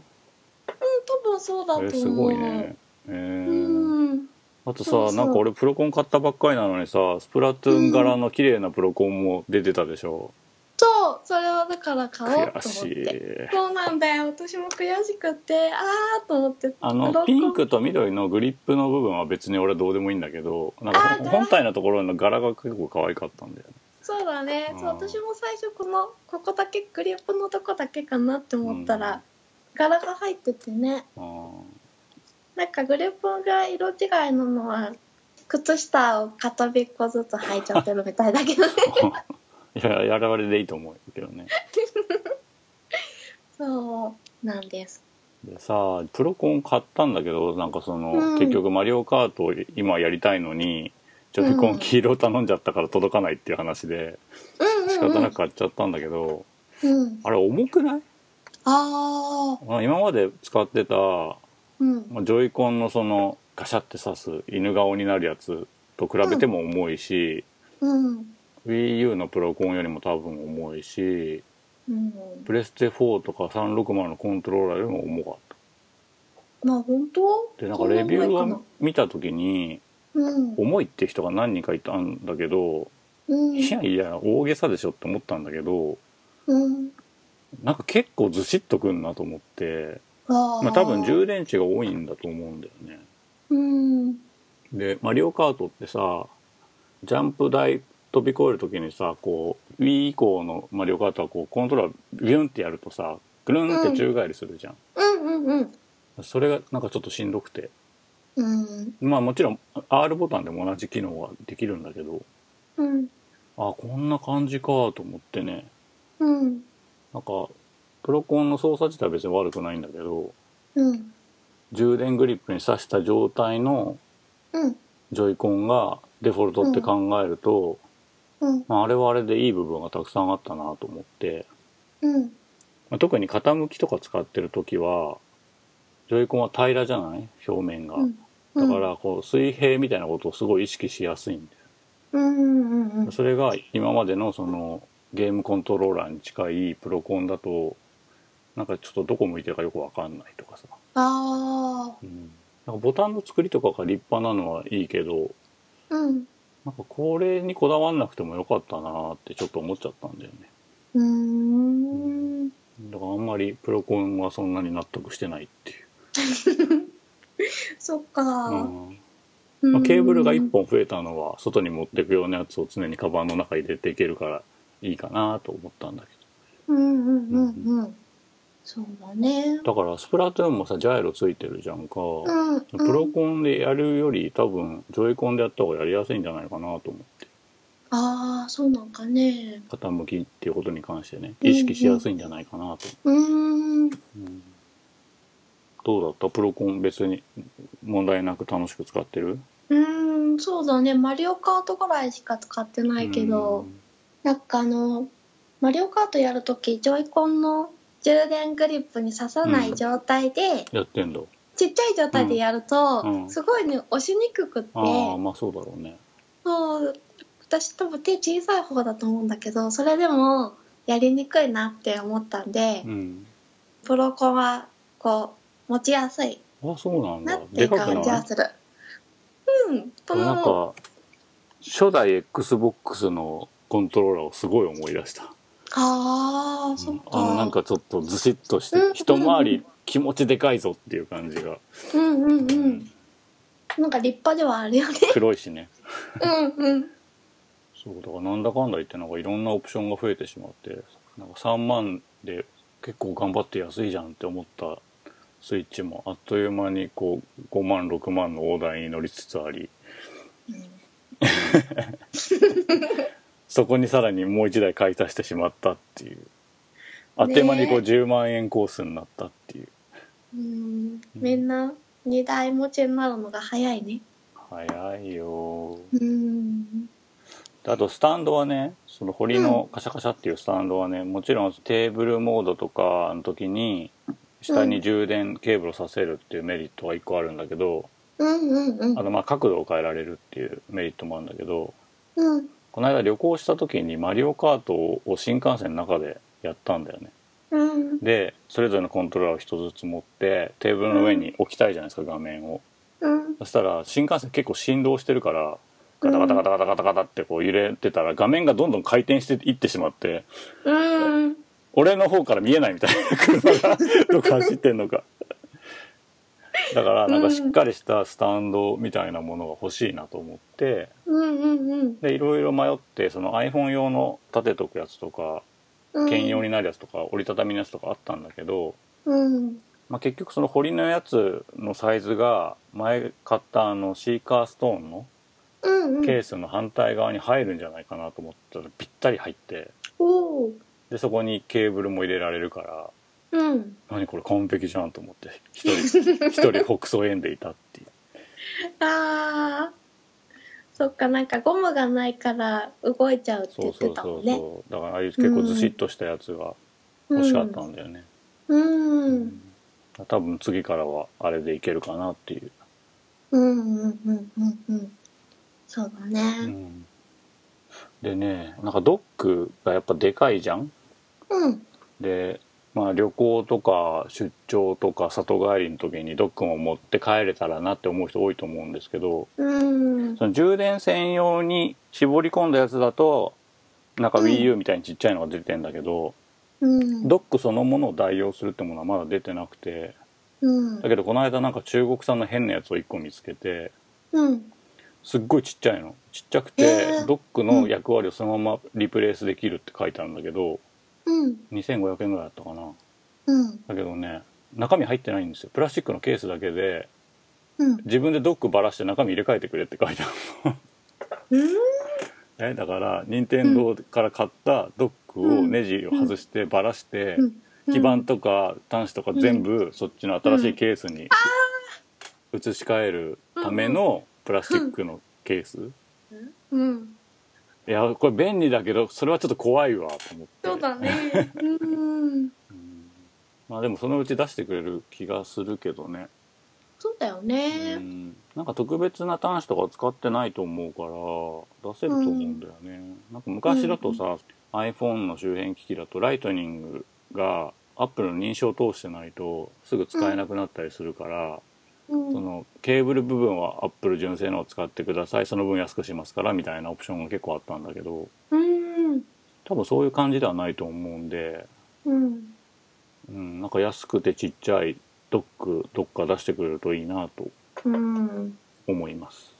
Speaker 1: 多分そうだと思
Speaker 2: え
Speaker 1: う
Speaker 2: すごいねえー
Speaker 1: うん
Speaker 2: あとさ
Speaker 1: そうそう
Speaker 2: なんか俺プロコン買ったばっかりなのにさスプラトゥーン柄の綺麗なプロコンも出てたでしょ、
Speaker 1: そうそれはだから買おうと
Speaker 2: 悔
Speaker 1: 思っ
Speaker 2: してい
Speaker 1: そうなんだよ私も悔しくってあーと思って
Speaker 2: あ
Speaker 1: ブロ
Speaker 2: の
Speaker 1: ッコ
Speaker 2: ピンクと緑のグリップの部分は別に俺はどうでもいいんだけどなん
Speaker 1: あ
Speaker 2: か
Speaker 1: ー
Speaker 2: 本体のところの柄が結構可愛かったんだよね
Speaker 1: そうだねそう
Speaker 2: あー
Speaker 1: 私も最初このここだけクリップのとこだけかなって思ったら、柄が入っててね
Speaker 2: あー
Speaker 1: なんかグレープが色違いなのは靴下を片びっこずつ履いちゃってるみたいだけどね
Speaker 2: <laughs> いややられでいいと思うけどね
Speaker 1: そうなんです
Speaker 2: でさプロコン買ったんだけどなんかその、
Speaker 1: うん
Speaker 2: 結局「マリオカート」を今やりたいのにジョイコン黄色頼んじゃったから届かないっていう話で
Speaker 1: うん
Speaker 2: 仕
Speaker 1: うん
Speaker 2: 方
Speaker 1: うん
Speaker 2: なく買っちゃったんだけど、
Speaker 1: うん
Speaker 2: あれ重くない
Speaker 1: ああ
Speaker 2: まあ今まで使ってた、ま
Speaker 1: うん
Speaker 2: あジョイコンのそのガシャって刺す犬顔になるやつと比べても重いし、
Speaker 1: うん、
Speaker 2: WiiU のプロコンよりも多分重いし
Speaker 1: うん、
Speaker 2: プレステ4とか360のコントローラーよりも重かっ
Speaker 1: まあ本当
Speaker 2: たでなんかレビュ
Speaker 1: そんなもん
Speaker 2: ー
Speaker 1: か
Speaker 2: を見た時に
Speaker 1: なうん
Speaker 2: 重いって人が何人かいたんだけど、
Speaker 1: うん
Speaker 2: いやいや大げさでしょって思ったんだけど
Speaker 1: うん
Speaker 2: なんか結構ずしっとくんなと思って、
Speaker 1: あー
Speaker 2: まあ、多分充電池が多いんだと思うんだよね
Speaker 1: うん
Speaker 2: で「マリオカート」ってさジャンプ台飛び越える時にさこう Wii 以降の「マリオカート」はこうコントローラービュンってやるとさぐるんって宙返りするじゃん、
Speaker 1: うんうんうん
Speaker 2: それがなんかちょっとしんどくて
Speaker 1: うん
Speaker 2: まあもちろん R ボタンでも同じ機能はできるんだけど
Speaker 1: うん
Speaker 2: あこんな感じかと思ってね
Speaker 1: うん
Speaker 2: なんかプロコンの操作自体は別に悪くないんだけど
Speaker 1: うん
Speaker 2: 充電グリップに挿した状態の
Speaker 1: うん
Speaker 2: ジョイコンがデフォルトって考えると、
Speaker 1: うん
Speaker 2: まあ、あれはあれでいい部分がたくさんあったなと思って、
Speaker 1: うん
Speaker 2: まあ、特に傾きとか使ってる時はジョイコンは平らじゃない表面が、だからこう水平みたいなことをすごい意識しやすいんだよ、
Speaker 1: うんうんうん
Speaker 2: それが今までのそのゲームコントローラーに近いプロコンだとなんかちょっとどこ向いてるかよくわかんないとかさ、
Speaker 1: ああ
Speaker 2: うん、なんかボタンの作りとかが立派なのはいいけど
Speaker 1: うん
Speaker 2: なんかこれにこだわんなくてもよかったなってちょっと思っちゃったんだよね
Speaker 1: うーん
Speaker 2: だからあんまりプロコンはそんなに納得してないっていう、
Speaker 1: そっか、
Speaker 2: うん
Speaker 1: うん
Speaker 2: まあ、ケーブルが1本増えたのは外に持ってくようなやつを常にカバンの中に入れていけるからいいかなと思ったんだけ
Speaker 1: うんうんうんうんそうだね
Speaker 2: どだからスプラトゥーンもさジャイロついてるじゃんか、
Speaker 1: うんプ
Speaker 2: プロコンでやるより多分ジョイコンでやった方がやりやすいんじゃないかなと思って
Speaker 1: ああそうなんかね
Speaker 2: 傾きっていうことに関してね意識しやすいんじゃないかなと、
Speaker 1: うーん
Speaker 2: うんどうだったプロコン別に問題なく楽しく使ってる
Speaker 1: うーんそうだねマリオカートぐらいしか使ってないけど、なんかあのマリオカートやるときジョイコンの充電グリップに刺さない状態で、
Speaker 2: うんやってんだ
Speaker 1: ちっちゃい状態でやると、
Speaker 2: うんうん
Speaker 1: すごいね押しにくくって
Speaker 2: ああまあそうだろうね
Speaker 1: そう私多分手小さい方だと思うんだけどそれでもやりにくいなって思ったんで、
Speaker 2: うん
Speaker 1: プロコンはこう持ちやすい
Speaker 2: あそうなん
Speaker 1: な
Speaker 2: だ
Speaker 1: ってい
Speaker 2: で
Speaker 1: う
Speaker 2: かく
Speaker 1: 感じ
Speaker 2: な
Speaker 1: はいするうんこ
Speaker 2: 俺なん
Speaker 1: の
Speaker 2: か初代 XBOX のコントローラーをすごい思い出した
Speaker 1: ああそっか
Speaker 2: あのなんかちょっとずしっとして
Speaker 1: うん
Speaker 2: 一回り気持ちでかいぞっていう感じが
Speaker 1: うんうんうんなんか立派ではあるよ
Speaker 2: <laughs>
Speaker 1: ね
Speaker 2: 黒いしね
Speaker 1: うんうん
Speaker 2: そうだからなんだかんだ言ってなんかいろんなオプションが増えてしまってなんか3万で結構頑張って安いじゃんって思ったスイッチもあっという間にこう5万6万のオーダーに乗りつつありそこにさらにもう一台買い足してしまったっていうあっという間にこう
Speaker 1: ね
Speaker 2: 10万円コースになったっていう
Speaker 1: うんみんな2台持ちになるのが早いね
Speaker 2: 早いよ
Speaker 1: うん
Speaker 2: であとスタンドはねその堀のカシャカシャっていうスタンドはね、もちろんテーブルモードとかの時に下に充電ケーブルをさせるっていうメリットは1個あるんだけど、
Speaker 1: うんうんうん
Speaker 2: あとまあ角度を変えられるっていうメリットもあるんだけど
Speaker 1: うん
Speaker 2: この間旅行した時にマリオカートを新幹線の中でやったんだよね
Speaker 1: うん
Speaker 2: でそれぞれのコントローラーを1つずつ持ってテーブルの上に置きたいじゃないですか画面を
Speaker 1: うん
Speaker 2: そしたら新幹線結構振動してるからガタガタガタガタガタガタってこう揺れてたら画面がどんどん回転していってしまって
Speaker 1: うん
Speaker 2: 俺の方から見えないみたいな車がどこ走ってんのかだからなんかしっかりしたスタンドみたいなものが欲しいなと思って
Speaker 1: うんうんうん
Speaker 2: でいろいろ迷ってその iPhone 用の立てとくやつとか
Speaker 1: うん
Speaker 2: 兼用になるやつとか折りたたみのやつとかあったんだけど、
Speaker 1: うん
Speaker 2: まあ、結局その堀のやつのサイズが前買ったあのシーカーストーンの
Speaker 1: うんう
Speaker 2: ケ
Speaker 1: ん
Speaker 2: ースの反対側に入るんじゃないかなと思ったらぴったり入って
Speaker 1: おー
Speaker 2: でそこにケーブルも入れられるから
Speaker 1: うん
Speaker 2: 何これ完璧じゃんと思って一
Speaker 1: <laughs>
Speaker 2: 人一人北総園でいたっていう
Speaker 1: あーそっかなんかゴムがないから動いちゃうって
Speaker 2: そ
Speaker 1: 言
Speaker 2: う
Speaker 1: って
Speaker 2: そう
Speaker 1: た
Speaker 2: そ
Speaker 1: も
Speaker 2: うん
Speaker 1: ね
Speaker 2: そうだからああいう結構ずしっとしたやつが欲しかったんだよ
Speaker 1: うん
Speaker 2: ね、
Speaker 1: うん
Speaker 2: 多分次からはあれでいけるかなっていう、
Speaker 3: うんうんうんうんうん。
Speaker 1: そうだね
Speaker 2: うんでねなんかドックがやっぱでかいじゃん
Speaker 3: うん。
Speaker 2: で、まあ、旅行とか出張とか里帰りの時にドックも持って帰れたらなって思う人多いと思うんですけど
Speaker 1: うん
Speaker 2: その充電専用に絞り込んだやつだとなんか WiiU みたいにちっちゃいのが出てんだけど、
Speaker 3: うん。
Speaker 2: ドックそのものを代用するってものはまだ出てなくて
Speaker 3: うん
Speaker 2: だ。けどこの間なんか中国産の変なやつを1個見つけて
Speaker 3: うん。
Speaker 2: すっごいちっちゃいのちっちゃく
Speaker 3: へ
Speaker 2: て
Speaker 3: ー
Speaker 2: ドックの役割をそのままリプレイスできるって書いてあるんだけど
Speaker 3: うん。
Speaker 2: 2500円ぐらいだったかな
Speaker 3: うん。
Speaker 2: だけどね中身入ってないんですよプラスチックのケースだけで
Speaker 3: うん。
Speaker 2: 自分でドックばらして中身入れ替えてくれって書いてあ
Speaker 1: う
Speaker 2: る
Speaker 1: ん
Speaker 2: えだから任天堂から買ったドックをネジを外してばらして、
Speaker 3: うん
Speaker 2: 基板とか端子とか全部そっちの新しいケースに移し替えるためのプラスチックのケース、
Speaker 1: うん
Speaker 2: いやこれ便利だけどそれはちょっと怖いわと思って
Speaker 1: そうだねうん
Speaker 2: うんまあでもそのうち出してくれる気がするけどね
Speaker 1: そうだよ
Speaker 2: う
Speaker 1: ね
Speaker 2: んなんか特別な端子とか使ってないと思うから出せると思うんだよね、なんか昔だとさ、iPhone の周辺機器だとライトニングがアップルの認証を通してないとすぐ使えなくなったりするから、
Speaker 1: うん
Speaker 2: そのケーブル部分はアップル純正のを使ってくださいその分安くしますからみたいなオプションが結構あったんだけど
Speaker 1: うん
Speaker 2: 多分そういう感じではないと思うんで、
Speaker 1: うん
Speaker 2: うん、なんか安くてちっちゃいドックどっか出してくれるといいなと
Speaker 1: うん
Speaker 2: 思います。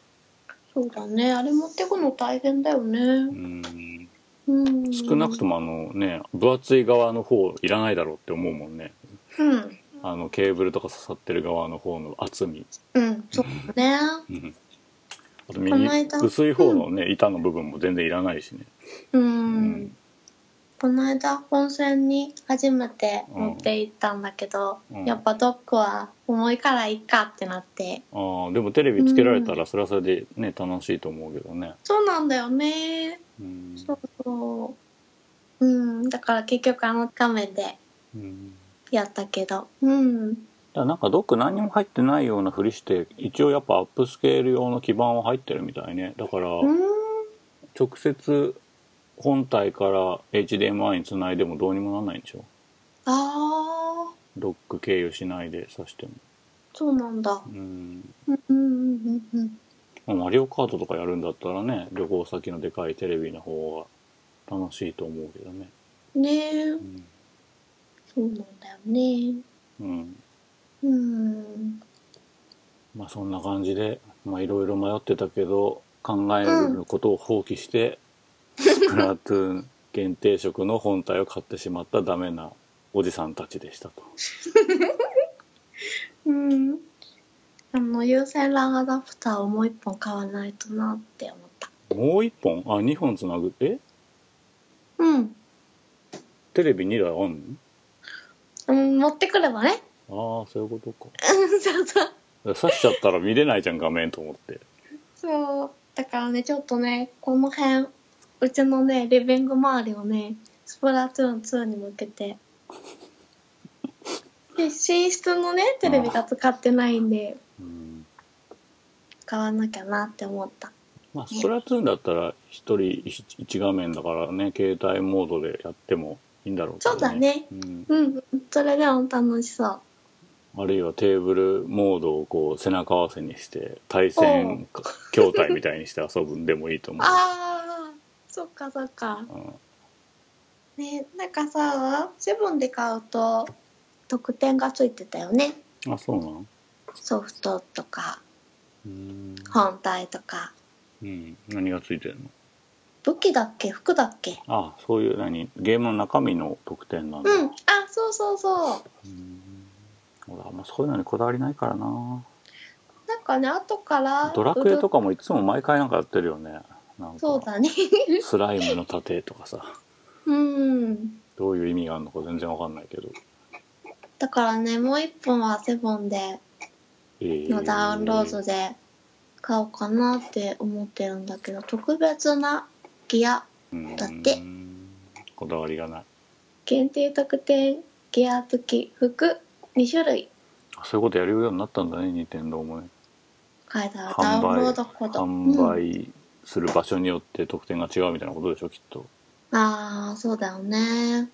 Speaker 1: そうだねあれ持ってくの大変だよ
Speaker 2: う
Speaker 1: ね
Speaker 2: ん
Speaker 1: うん
Speaker 2: 少なくともあのね分厚い側の方いらないだろうって思うもんね
Speaker 1: うん
Speaker 2: あのケーブルとか刺さってる側の方の厚み、
Speaker 1: うんそうだね
Speaker 2: うんあと
Speaker 1: こ
Speaker 2: 右
Speaker 1: の間
Speaker 2: 薄い方のね板の部分も全然いらないしね
Speaker 1: う
Speaker 2: うん
Speaker 1: この間本線に初めて持って行ったんだけど、
Speaker 2: うん
Speaker 1: やっぱドックは重いからいいかってなって
Speaker 2: あーでもテレビつけられたらそれはそれでね楽しいと思うけどね、
Speaker 1: そうなんだよね
Speaker 2: うん
Speaker 1: そうそううんだから結局あの画面で
Speaker 2: うん
Speaker 1: やったけどうん
Speaker 2: だからなんかドック何にも入ってないようなふりして一応やっぱアップスケール用の基板は入ってるみたいねだから
Speaker 1: うん
Speaker 2: 直接本体から HDMI につないでもどうにもなんないんでしょ
Speaker 1: ああ
Speaker 2: ドック経由しないで挿しても
Speaker 1: そうなんだ
Speaker 2: うん
Speaker 1: うんうんうんうん
Speaker 2: まあマリオカートとかやるんだったらね旅行先のでかいテレビの方が楽しいと思うけどね
Speaker 1: うんねえ
Speaker 2: うん、
Speaker 1: そうなんだよね
Speaker 2: うん
Speaker 1: うん
Speaker 2: まあそんな感じでまあいろいろ迷ってたけど考えることを放棄して、スプラトゥーン限定色の本体を買ってしまったダメなおじさんたちでしたと
Speaker 1: うんあの有線 LAN アダプターをもう一本買わないとなって思った
Speaker 2: もう1本あ2本つなぐえ
Speaker 1: うん。
Speaker 2: テレビ2台あん
Speaker 1: うん、持ってくればね。
Speaker 2: のああそういうことか
Speaker 1: うん <laughs> そうそう。
Speaker 2: 刺しちゃったら見れないじゃん画面と思って
Speaker 1: そう。だからね、ちょっとね、この辺、うちのね、リビング周りをね、スプラトゥーン2に向け <laughs> て。で、寝室のね、テレビが使ってないんで、
Speaker 2: うん
Speaker 1: 買わなきゃなって思った。
Speaker 2: まあスプラトゥーンだったら1人1画面だからね携帯モードでやってもいいんだろうけど、
Speaker 1: そうだね
Speaker 2: うん、
Speaker 1: うん、それでも楽しそう。
Speaker 2: あるいはテーブルモードをこう背中合わせにして対戦筐体みたいにして遊ぶんでもいいと思
Speaker 1: <laughs>
Speaker 2: う
Speaker 1: あー、そっかそっか。
Speaker 2: うん
Speaker 1: ね、なんかさ、セブンで買うと、特典がついてたよね。
Speaker 2: あそうなん
Speaker 1: ソフトとか、
Speaker 2: うん、
Speaker 1: 本体とか。
Speaker 2: うん、何がついてるの
Speaker 1: 武器だっけ服だっけ
Speaker 2: あそういう何ゲームの中身の特典なんだ、
Speaker 1: うん、あ、そうそうそう。
Speaker 2: うん俺あんまそういうのにこだわりないからな
Speaker 1: なんかね、後から。
Speaker 2: ドラクエと
Speaker 1: か。
Speaker 2: かもいつも毎回なんかやってるよねなん
Speaker 1: そう
Speaker 2: か
Speaker 1: だね。 <laughs>
Speaker 2: スライムの盾とかさ
Speaker 1: うん。
Speaker 2: どういう意味があるのか全然わかんないけど、
Speaker 1: だからね、もう一本はセブンで
Speaker 2: えー
Speaker 1: のダウンロードで買おうかなって思ってるんだけど、特別なギア、だって
Speaker 2: うんこだわりがない
Speaker 1: 限定特典、ギア付き、服、2種類。
Speaker 2: あそういうことやるようになったんだね任天堂もね
Speaker 1: 書いてある。
Speaker 2: 販売
Speaker 1: ダウンロードコード。
Speaker 2: 販
Speaker 1: うん
Speaker 2: 売する場所によって特典が違うみたいなことでしょきっと
Speaker 1: ああ、そうだよね。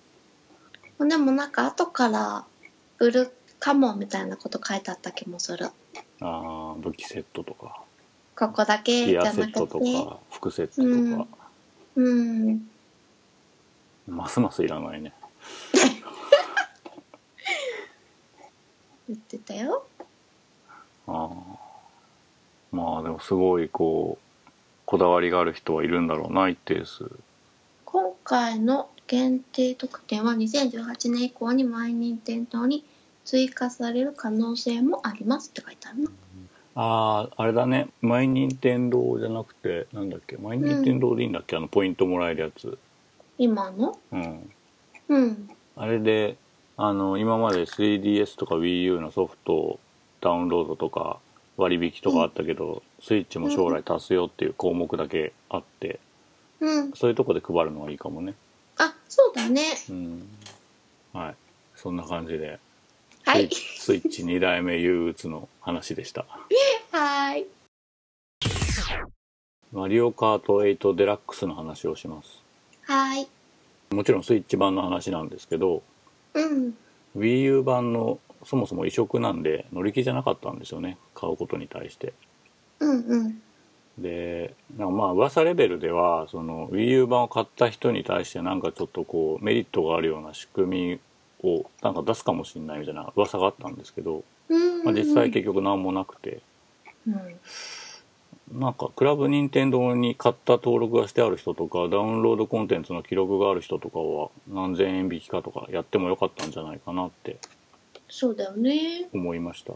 Speaker 1: でもなんか後から売るかもみたいなこと書いてあった気もする。
Speaker 2: あー武器セットとか
Speaker 1: ここだけじ
Speaker 2: ギ
Speaker 1: ゃ
Speaker 2: アセ
Speaker 1: な
Speaker 2: ット
Speaker 1: く
Speaker 2: と
Speaker 1: て。
Speaker 2: か服セットとか、
Speaker 1: うん。
Speaker 2: ますますいらないね
Speaker 1: 言ってたよ。
Speaker 2: あーまあでもすごいこうこだわりがある人はいるんだろうな一定数
Speaker 1: 今回の限定特典は2018年以降に毎任天堂に追加される可能性もありますって書いてあるな。
Speaker 2: あああれだねマイ任天堂じゃなくてなんだっけマイ任天堂でいいんだっけ、あのポイントもらえるやつ
Speaker 1: 今の
Speaker 2: うん
Speaker 1: うん。
Speaker 2: あれであの今まで 3DS とか WiiU のソフトをダウンロードとか割引とかあったけど、スイッチも将来足すよっていう項目だけあって
Speaker 1: うん。
Speaker 2: そういうとこで配るのがいいかもね
Speaker 1: あ、そうだね。
Speaker 2: うんはいそんな感じで、
Speaker 1: はい。
Speaker 2: スイッスイッチ2代目憂鬱の話でした
Speaker 1: はい。
Speaker 2: マリオカート8デラックスの話をします
Speaker 1: はい。
Speaker 2: もちろんスイッチ版の話なんですけど
Speaker 1: うん。
Speaker 2: WiiU 版のそもそも移植なんで乗り気じゃなかったんですよね買うことに対して
Speaker 1: うんうん。
Speaker 2: でなんかまあ噂レベルではその WiiU 版を買った人に対してなんかちょっとこうメリットがあるような仕組みをなんか出すかもしれないみたいな噂があったんですけど、
Speaker 1: うん。
Speaker 2: まあ、実際結局何もなくて
Speaker 1: うん。
Speaker 2: なんかクラブ任天堂に買った登録がしてある人とかダウンロードコンテンツの記録がある人とかは何千円引きかとかやってもよかったんじゃないかなって
Speaker 1: そうだよね。
Speaker 2: 思いました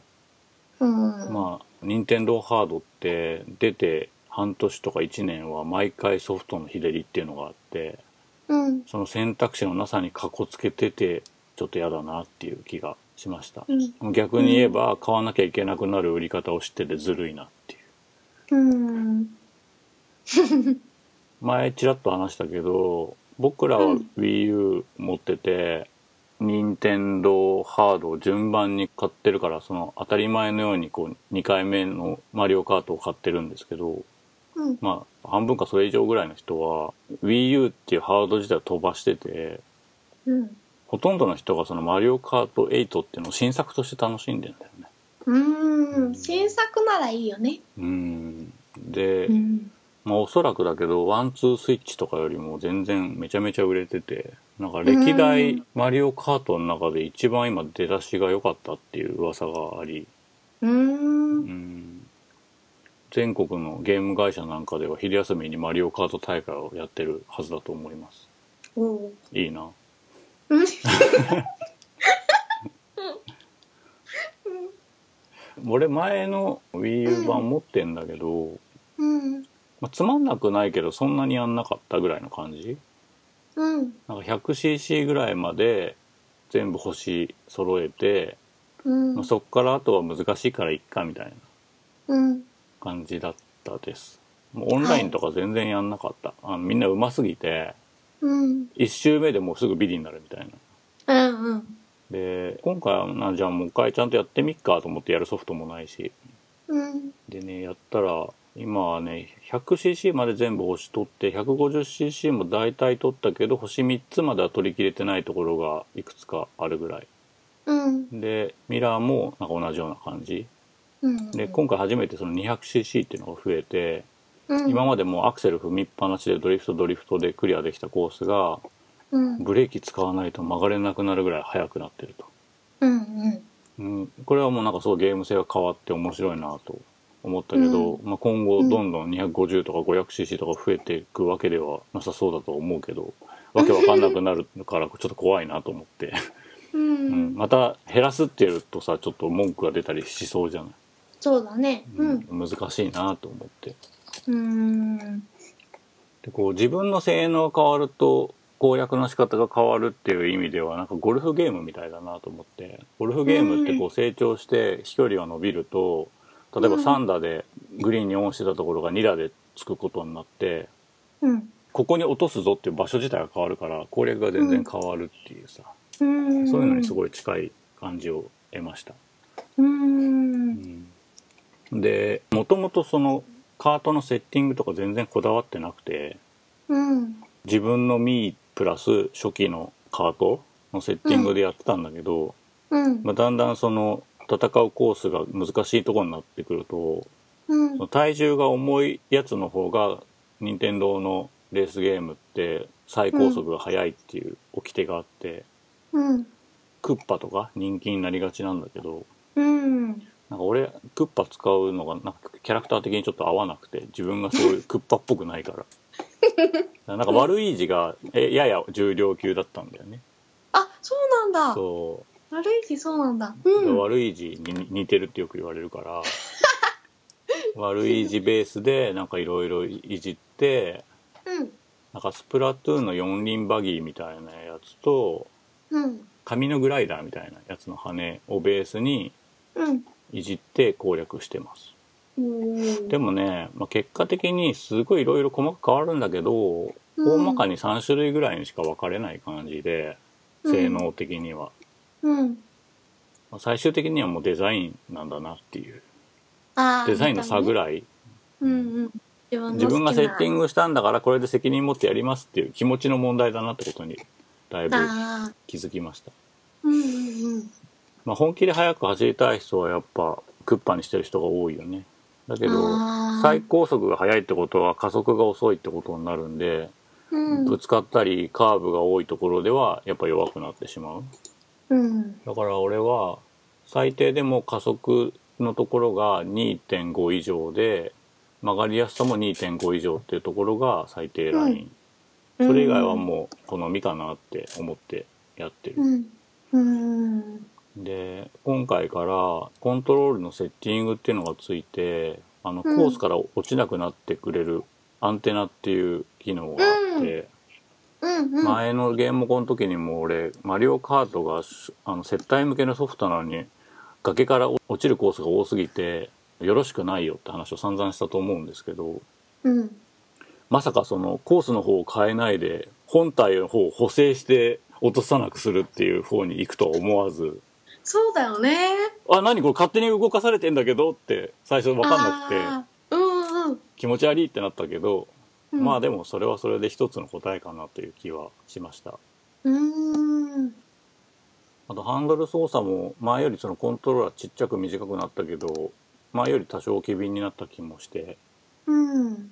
Speaker 1: うん。
Speaker 2: まあ任天堂ハードって出て半年とか1年は毎回ソフトの日照りっていうのがあって
Speaker 1: うん。
Speaker 2: その選択肢のなさにかこつけててちょっと嫌だなっていう気がしました
Speaker 1: うん。
Speaker 2: 逆に言えば買わなきゃいけなくなる売り方を知っててずるいなっていう
Speaker 1: うん。
Speaker 2: 前ちらっと話したけど僕ら
Speaker 1: う
Speaker 2: は
Speaker 1: ん
Speaker 2: WiiU 持ってて、任天堂ハードを順番に買ってるからその当たり前のようにこう2回目の「マリオカート」を買ってるんですけど
Speaker 1: うん。
Speaker 2: まあ半分かそれ以上ぐらいの人は WiiU っていうハード自体を飛ばしてて
Speaker 1: うん。
Speaker 2: ほとんどの人がその「マリオカート8」っていうのを新作として楽しんでんだよね
Speaker 1: うん。新作ならいいよね。
Speaker 2: うんで、
Speaker 1: ん。
Speaker 2: まあ、おそらくだけど、ワンツースイッチとかよりも全然めちゃめちゃ売れてて、なんか歴
Speaker 1: う
Speaker 2: 代マリオカートの中で一番今出だしが良かったっていう噂があり、
Speaker 1: う。
Speaker 2: うんん、全国のゲーム会社なんかでは昼休みにマリオカート大会をやってるはずだと思います。
Speaker 1: おう
Speaker 2: いいな。
Speaker 1: うん
Speaker 2: 俺前の Wii U 版持ってんだけど、
Speaker 1: うん。
Speaker 2: まあまあつまんなくないけどそんなにやんなかったぐらいの感じ
Speaker 1: うん
Speaker 2: なんか 100cc ぐらいまで全部星揃えて、
Speaker 1: うん
Speaker 2: まあ、そっからあとは難しいからいっかみたいな
Speaker 1: うん
Speaker 2: 感じだったですもうオンラインとか全然やんなかった、あのみんなうますぎて
Speaker 1: うん
Speaker 2: 1周目でもうすぐビリになるみたいな
Speaker 1: うんうん
Speaker 2: で今回はなじゃあもう一回ちゃんとやってみっかと思ってやるソフトもないし
Speaker 1: うん
Speaker 2: でねやったら今はね 100cc まで全部星取って 150cc も大体取ったけど星3つまでは取りきれてないところがいくつかあるぐらい
Speaker 1: うん
Speaker 2: でミラーもなんか同じような感じ
Speaker 1: うん
Speaker 2: で今回初めてその 200cc っていうのが増えて
Speaker 1: うん
Speaker 2: 今までもうアクセル踏みっぱなしでドリフトドリフトでクリアできたコースが
Speaker 1: うん
Speaker 2: ブレーキ使わないと曲がれなくなるぐらい速くなってると
Speaker 1: うんうん
Speaker 2: うん、これはもうなんかすごいゲーム性が変わって面白いなと思ったけど、まあ、今後どんどん250とか 500cc とか増えていくわけではなさそうだと思うけどわけわかんなくなるからちょっと怖いなと思って、
Speaker 1: う
Speaker 2: うんん、また減らすってやるとさちょっと文句が出たりしそうじゃない、
Speaker 1: そうだねう
Speaker 2: うん
Speaker 1: ん
Speaker 2: 難しいなと思って
Speaker 1: うん
Speaker 2: でこう自分の性能が変わると攻略の仕方が変わるっていう意味ではなんかゴルフゲームみたいだなと思ってゴルフゲームってこう成長して飛距離が伸びると例えば
Speaker 1: うん
Speaker 2: 3打でグリーンにオンしてたところが2打でつくことになって
Speaker 1: うん
Speaker 2: ここに落とすぞっていう場所自体が変わるから攻略が全然変わるっていうさ、
Speaker 1: うん
Speaker 2: そういうのにすごい近い感じを得ました。
Speaker 1: う
Speaker 2: うんんでもともとそのカートのセッティングとか全然こだわってなくて。
Speaker 1: うん
Speaker 2: 自分のミープラス初期のカートのセッティングでやってたんだけど、
Speaker 1: うん
Speaker 2: まあ、だんだんその戦うコースが難しいところになってくると
Speaker 1: うん
Speaker 2: その体重が重いやつの方が任天堂のレースゲームって最高速が速いっていう掟があって、
Speaker 1: うん
Speaker 2: クッパとか人気になりがちなんだけど
Speaker 1: うん
Speaker 2: なんか俺クッパ使うのがなんかキャラクター的にちょっと合わなくて自分がそういうクッパっぽくないからだ
Speaker 1: <laughs>
Speaker 2: からなんか悪い字がえやや重量級だったんだよね
Speaker 1: あそうなんだ
Speaker 2: そ
Speaker 1: 悪いしそうなんだ
Speaker 2: う、
Speaker 1: うん
Speaker 2: 悪い字にに似てるってよく言われるから
Speaker 1: <laughs>
Speaker 2: 悪い字ベースでなんかいろいろいじって
Speaker 1: うん
Speaker 2: なんかスプラトゥーンの四輪バギーみたいなやつと
Speaker 1: うん
Speaker 2: 紙のグライダーみたいなやつの羽をベースに
Speaker 1: うん
Speaker 2: いじって攻略してます
Speaker 1: うん
Speaker 2: でもね、まあ、結果的にすごいいろいろ細かく変わるんだけど、大まかに3種類ぐらいにしか分かれない感じで
Speaker 1: うん
Speaker 2: 性能的には、
Speaker 1: うん
Speaker 2: まあ最終的にはもうデザインなんだなっていう
Speaker 1: あー
Speaker 2: デザインの差ぐらい、
Speaker 1: うんうん自分の好きな
Speaker 2: 自分がセッティングしたんだからこれで責任持ってやりますっていう気持ちの問題だなってことにだいぶ
Speaker 1: ああ
Speaker 2: 気づきました、
Speaker 1: うんうんうん
Speaker 2: まあ、本気で速く走りたい人はやっぱクッパにしてる人が多いよねだけど
Speaker 1: あー
Speaker 2: 最高速が速いってことは加速が遅いってことになるんで
Speaker 1: うん
Speaker 2: ぶつかったりカーブが多いところではやっぱ弱くなってしまう
Speaker 1: うん
Speaker 2: だから俺は最低でも加速のところが2.5以上で曲がりやすさも2.5以上っていうところが最低ライン、それ以外はもう好みかなって思ってやってる、
Speaker 1: うんうん
Speaker 2: で今回からコントロールのセッティングっていうのがついてあのコースから落ちなくなってくれるアンテナっていう機能があって、
Speaker 1: うんうん
Speaker 2: 前のゲームコンの時にも俺マリオカートがしあの接待向けのソフトなのに崖から落ちるコースが多すぎてよろしくないよって話を散々したと思うんですけど
Speaker 1: うん
Speaker 2: まさかそのコースの方を変えないで本体の方を補正して落とさなくするっていう方に行くとは思わず
Speaker 1: そうだよね
Speaker 2: 「あ何これ勝手に動かされてんだけど」って最初分かんなくて
Speaker 1: てうんうん
Speaker 2: 気持ち悪いってなったけど、
Speaker 1: うん
Speaker 2: まあでもそれはそれで一つの答えかなという気はしました。
Speaker 1: うん
Speaker 2: あとハンドル操作も前よりそのコントローラーちっちゃく短くなったけど前より多少機敏になった気もして
Speaker 1: うん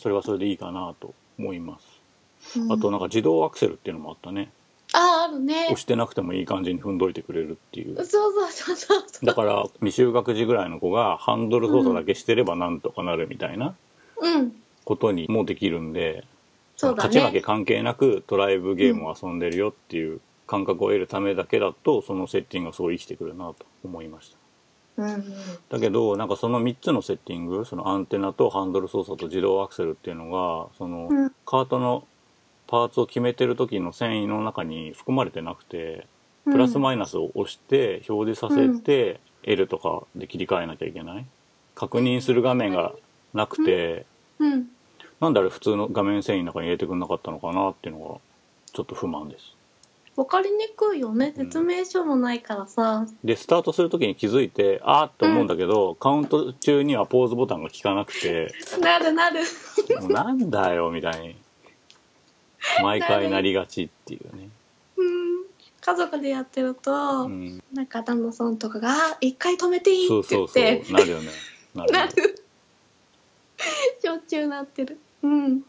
Speaker 2: それはそれでいいかなと思います、
Speaker 1: うん
Speaker 2: あとなんか自動アクセルっていうのもあったね
Speaker 1: ああるね
Speaker 2: 押してなくてもいい感じに踏んどいてくれるっていう
Speaker 1: そうそうそうそうそう
Speaker 2: だから未就学児ぐらいの子がハンドル操作だけしてればなんとかなるみたいな
Speaker 1: うん
Speaker 2: ことにもできるんで、
Speaker 1: そうだ
Speaker 2: 勝ち負け
Speaker 1: ね
Speaker 2: 関係なくドライブゲームを遊んでるよっていう感覚を得るためだけだとそのセッティングがすごい生きてくるなと思いました
Speaker 3: うんうん
Speaker 2: だけどなんかその3つのセッティングそのアンテナとハンドル操作と自動アクセルっていうのがその
Speaker 3: うん
Speaker 2: カートのパーツを決めてる時の繊維の中に含まれてなくて
Speaker 3: うん
Speaker 2: プラスマイナスを押して表示させて L とかで切り替えなきゃいけない確認する画面がなくて
Speaker 1: うん
Speaker 2: なんであれ普通の画面繊維の中に入れてくんなかったのかなっていうのがちょっと不満です。
Speaker 1: わかりにくいよね
Speaker 2: うん
Speaker 1: 説明書もないからさ、
Speaker 2: でスタートする時に気づいてあーって思うんだけど、カウント中にはポーズボタンが効 <laughs> かなくて
Speaker 1: なるなる
Speaker 2: もうなんだよみたいに毎回なりがちっていうね、
Speaker 1: うん家族でやってると、
Speaker 2: うん、
Speaker 1: なんか旦那さんとかがあ「一回止めていい」
Speaker 2: そう
Speaker 1: って
Speaker 2: そ
Speaker 1: 言
Speaker 2: う
Speaker 1: っ
Speaker 2: そう
Speaker 1: て
Speaker 2: なるよねなるよ
Speaker 1: な
Speaker 2: ね
Speaker 1: るしょっちゅうなってるうん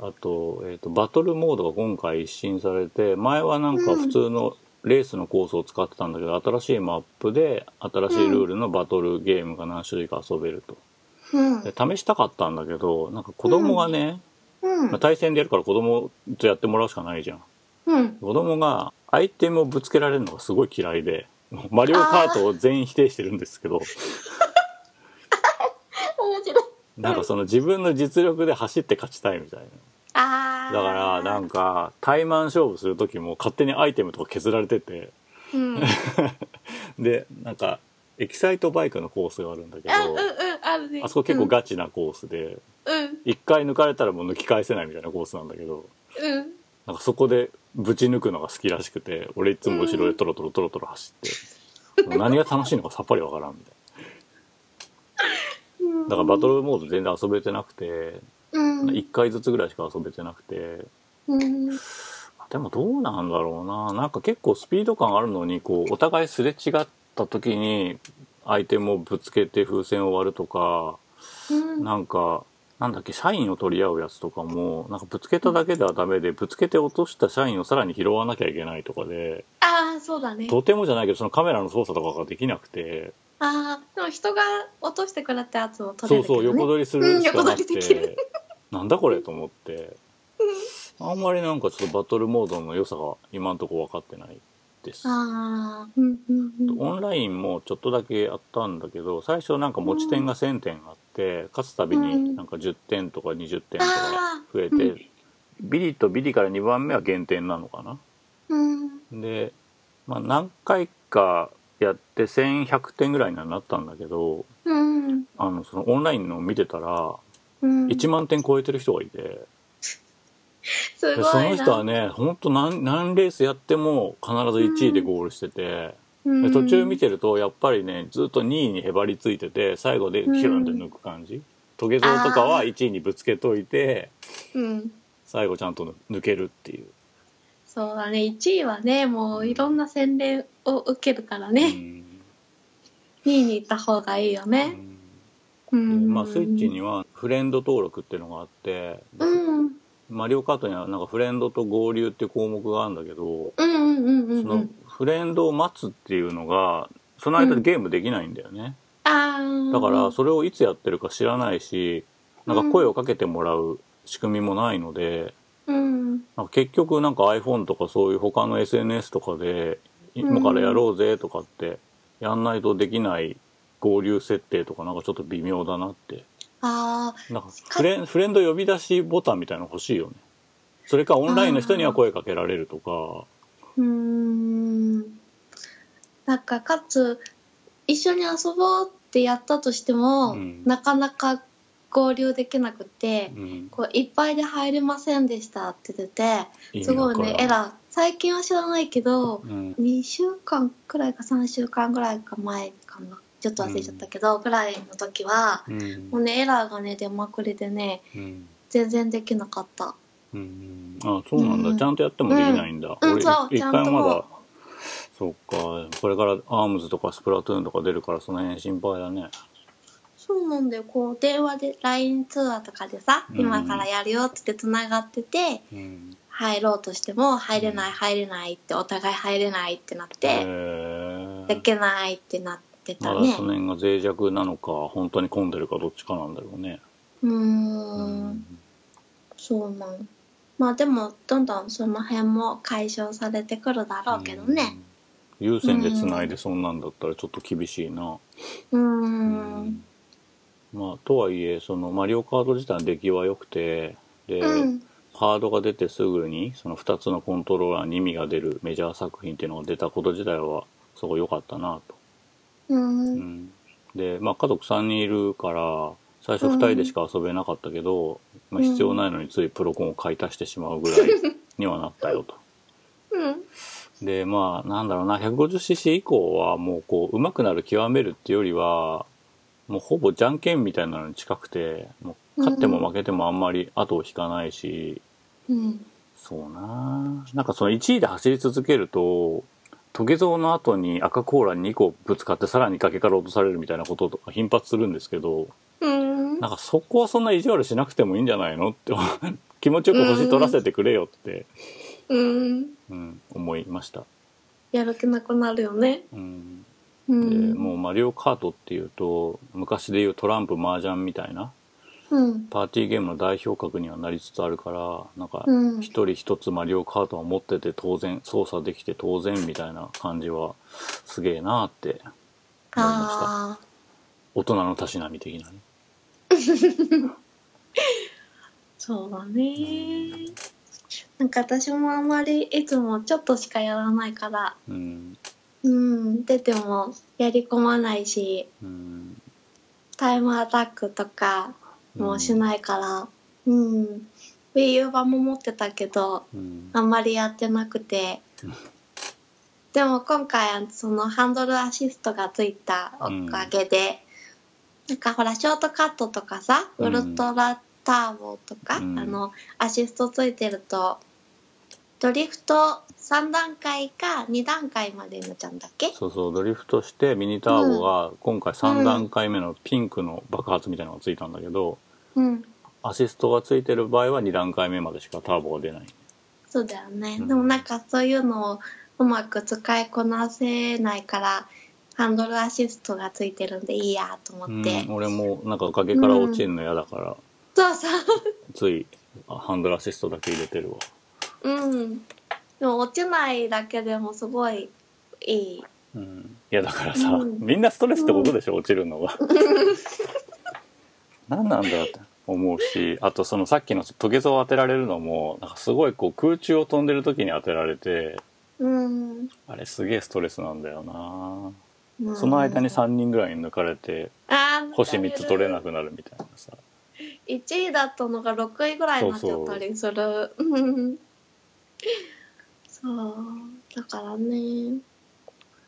Speaker 2: あと,、えー、とバトルモードが今回一新されて前はなんか普通のレースのコースを使ってたんだけど、新しいマップで新しいルールのバトルゲームが何種類か遊べると
Speaker 3: うん
Speaker 2: で試したかったんだけどなんか子供がね、
Speaker 3: うん
Speaker 2: まあ対戦でやるから子供とやってもらうしかないじゃん
Speaker 3: うん
Speaker 2: 子供がアイテムをぶつけられるのがすごい嫌いでもうマリオカートを全員否定してるんですけど
Speaker 1: 面白い
Speaker 2: なんかその自分の実力で走って勝ちたいみたい
Speaker 1: あ
Speaker 2: な
Speaker 1: あ
Speaker 2: だからなんか対マン勝負する時も勝手にアイテムとか削られてて
Speaker 1: うん、
Speaker 2: <laughs>
Speaker 1: あ
Speaker 2: でなんかエキサイトバイクのコースがあるんだけど
Speaker 1: うんうんあるね
Speaker 2: あそこ結構ガチなコースで
Speaker 1: うん
Speaker 2: 一回抜かれたらもう抜き返せないみたいなコースなんだけど
Speaker 1: うん
Speaker 2: なんかそこでぶち抜くのが好きらしくて俺いつも後ろでトロトロトロトロ走って、もう何が楽しいのかさっぱりわからんみたいな。
Speaker 1: うん
Speaker 2: だからバトルモード全然遊べてなくて、
Speaker 3: うん
Speaker 2: 1回ずつぐらいしか遊べてなくて、
Speaker 1: うん
Speaker 2: でもどうなんだろうな、なんか結構スピード感あるのに、こう、お互いすれ違った時に、アイテムをぶつけて風船を割るとか、
Speaker 1: うん
Speaker 2: なんか、なんだっけ、社員を取り合うやつとかも、なんかぶつけただけではダメで、ぶつけて落とした社員をさらに拾わなきゃいけないとかで、
Speaker 1: ああそうだね
Speaker 2: とてもじゃないけど、そのカメラの操作とかができなくて、
Speaker 1: ああでも人が落としてくれたやつを取れ
Speaker 2: そう
Speaker 1: るけど、ね、
Speaker 2: そう横取りするしかな
Speaker 1: うん横
Speaker 2: く
Speaker 1: 取りでき
Speaker 2: て、なんだこれと思ってあんまりなんかちょっとバトルモードの良さが今んとこ分かってないです
Speaker 3: ああ
Speaker 1: うんうんうん
Speaker 2: オンラインもちょっとだけやったんだけど最初なんか持ち点が1000点あって勝つたびになんか10点とか20点とか
Speaker 1: あ
Speaker 2: 増えてビリとビリから2番目は減点なのかな
Speaker 3: うん
Speaker 2: で、まあ、何回かやって1100点ぐらいにはなったんだけど
Speaker 3: うん
Speaker 2: あのそのオンラインのを見てたら
Speaker 3: うん
Speaker 2: 1万点超えてる人がいて、
Speaker 1: すごい
Speaker 2: で
Speaker 1: な
Speaker 2: その人はね本当何何レースやっても必ず1位でゴールしてて、で途中見てるとやっぱりねずっと2位にへばりついてて最後でヒュンって抜く感じ、トゲゾウとかは1位にぶつけといて
Speaker 1: うん
Speaker 2: 最後ちゃんと抜けるっていう、
Speaker 1: そうだね1位はねもういろんな洗礼を受けるからね、
Speaker 2: うん
Speaker 1: 2位に行った方がいいよ
Speaker 2: う
Speaker 1: ね、
Speaker 2: ん
Speaker 1: うん
Speaker 2: でまあ、スイッチにはフレンド登録っていうのがあって、
Speaker 1: うん
Speaker 2: マリオカートにはなんかフレンドと合流っていう項目があるんだけど、
Speaker 1: うんうんうんうん
Speaker 2: そ
Speaker 1: うん
Speaker 2: のフレンドを待つっていうのがその間でゲームできないんだよね、
Speaker 1: あー
Speaker 2: だからそれをいつやってるか知らないしなんか声をかけてもらう仕組みもないので、
Speaker 1: うん
Speaker 2: なんか結局なんか iPhone とかそういう他の SNS とかで今からやろうぜとかってやんないとできない合流設定とかなんかちょっと微妙だなって
Speaker 3: ああ
Speaker 2: なんかフレンフレンド呼び出しボタンみたいなの欲しいよねそれかオンラインの人には声かけられるとか
Speaker 1: うーんなんかかつ一緒に遊ぼうってやったとしても、
Speaker 2: うん
Speaker 1: なかなか合流できなくて、
Speaker 2: うん
Speaker 1: こういっぱいで入れませんでしたって出て
Speaker 2: 意味
Speaker 1: すご
Speaker 2: わ
Speaker 1: い
Speaker 2: から
Speaker 1: ね
Speaker 2: ん
Speaker 1: エラー最近は知らないけど
Speaker 2: うん
Speaker 1: 2週間くらいか3週間くらいか前かなちょっと忘れちゃったけど、くらいの時は
Speaker 2: うん
Speaker 1: もうねエラーがね出まくりでね
Speaker 2: うん
Speaker 1: 全然できなかった
Speaker 2: うんあそうなんだ、
Speaker 1: うん
Speaker 2: ちゃんとやってもできないんだ、
Speaker 1: うん
Speaker 2: 俺
Speaker 1: そう
Speaker 2: 一
Speaker 1: ちゃん
Speaker 2: 回
Speaker 1: と
Speaker 2: まだそうかこれからアームズとかスプラトゥーンとか出るからその辺心配だね
Speaker 1: そうなんだよこう電話で LINE 通話とかでさ、
Speaker 2: うん
Speaker 1: 今からやるよって言ってつながってて
Speaker 2: うん
Speaker 1: 入ろうとしても入れな
Speaker 2: う
Speaker 1: い
Speaker 2: ん
Speaker 1: 入れないってお互い入れないってなっ
Speaker 2: へ
Speaker 1: て、で
Speaker 2: ー
Speaker 1: きないってなって
Speaker 2: ま
Speaker 1: た
Speaker 2: だ
Speaker 1: ね
Speaker 2: その辺が脆弱なのか本当に混んでるかどっちかなんだろうね
Speaker 1: うー
Speaker 2: うん
Speaker 1: そうなんまあでもどんどんその辺も解消されてくるだろうけどね、
Speaker 2: 有線で繋いでそんなんだったらちょっと厳しいな。
Speaker 1: う
Speaker 2: うん
Speaker 1: ん。
Speaker 2: まあ、とはいえ、そのマリオカート自体の出来は良くて、で、
Speaker 1: うん。
Speaker 2: ハードが出てすぐに、その2つのコントローラーに意味が出るメジャー作品っていうのが出たこと自体は、すごい良かったなと。
Speaker 1: うん。う。
Speaker 2: うんんで、まあ、家族3人いるから、最初2人でしか遊べなかったけど、まあ、必要ないのについプロコンを買い足してしまうぐらいにはなったよと。で、まあ、なんだろうな、150cc 以降はもうこう、上手くなる極めるっていうよりは、もうほぼじゃんけんみたいなのに近くて、もう勝っても負けてもあんまり後を引かないし、
Speaker 3: うん。
Speaker 2: そうななんかその1位で走り続けると、トゲゾウの後に赤コーラに2個ぶつかってさらに崖から落とされるみたいなこととか頻発するんですけど、
Speaker 1: うん。
Speaker 2: なんかそこはそんな意地悪しなくてもいいんじゃないのって、 <laughs> 気持ちよく星取らせてくれよって、
Speaker 1: うん。
Speaker 2: うん、思いました。
Speaker 1: やる気なくなるよね。
Speaker 2: うん
Speaker 1: う
Speaker 2: で
Speaker 1: ん。
Speaker 2: もうマリオカートっていうと昔でいうトランプ麻雀みたいな
Speaker 1: うん。
Speaker 2: パーティーゲームの代表格にはなりつつあるからなんか
Speaker 1: うん
Speaker 2: 一人一つマリオカートを持ってて当然操作できて当然みたいな感じはすげえなって思いました
Speaker 3: ああ。
Speaker 2: 大人のたしなみ的なね
Speaker 1: そうだね。なんか私もあんまりいつもちょっとしかやらないから、
Speaker 2: うん
Speaker 1: うん、出てもやり込まないし、
Speaker 2: うん
Speaker 1: タイムアタックとかもしないから、うん、Wii U 版も持ってたけど、
Speaker 2: うん
Speaker 1: あんまりやってなくて
Speaker 2: うん。
Speaker 1: でも今回、あのそのハンドルアシストがついたおかげで、なんかほら、ショートカットとかさ、
Speaker 2: うん
Speaker 1: ウルトラターボとか、
Speaker 2: うん
Speaker 1: あの、アシストついてると、ドリフト3段階か2段階までになっちゃうんだっけ
Speaker 2: そうそうドリフトしてミニターボが今回3段階目のピンクの爆発みたいなのがついたんだけど
Speaker 1: うん。
Speaker 2: アシストがついてる場合は2段階目までしかターボが出ない
Speaker 1: そうだよね。
Speaker 2: うん
Speaker 1: でもなんかそういうのをうまく使いこなせないから、ハンドルアシストがついてるんでいいやと思
Speaker 2: う
Speaker 1: って。
Speaker 2: ん、俺もなんか崖から落ちるの嫌だから、
Speaker 1: そうそう。
Speaker 2: ついハンドルアシストだけ入れてるわ
Speaker 1: うん。でも落ちないだけでもすごいいい。
Speaker 2: うんいやだからさ、
Speaker 1: うん
Speaker 2: みんなストレスってことでしょ、落ちるのが <laughs> 何なんだよって思うしあとそのさっきのトゲゾを当てられるのもなんかすごいこう空中を飛んでる時に当てられて
Speaker 1: うん。
Speaker 2: あれすげえストレスなんだよな、
Speaker 1: うん
Speaker 2: その間に3人ぐらいに抜かれて
Speaker 1: あー
Speaker 2: 星3つ取れなくなるみたいなさ
Speaker 1: 1位だったのが6位ぐらいになっちゃったりするうんそうだからね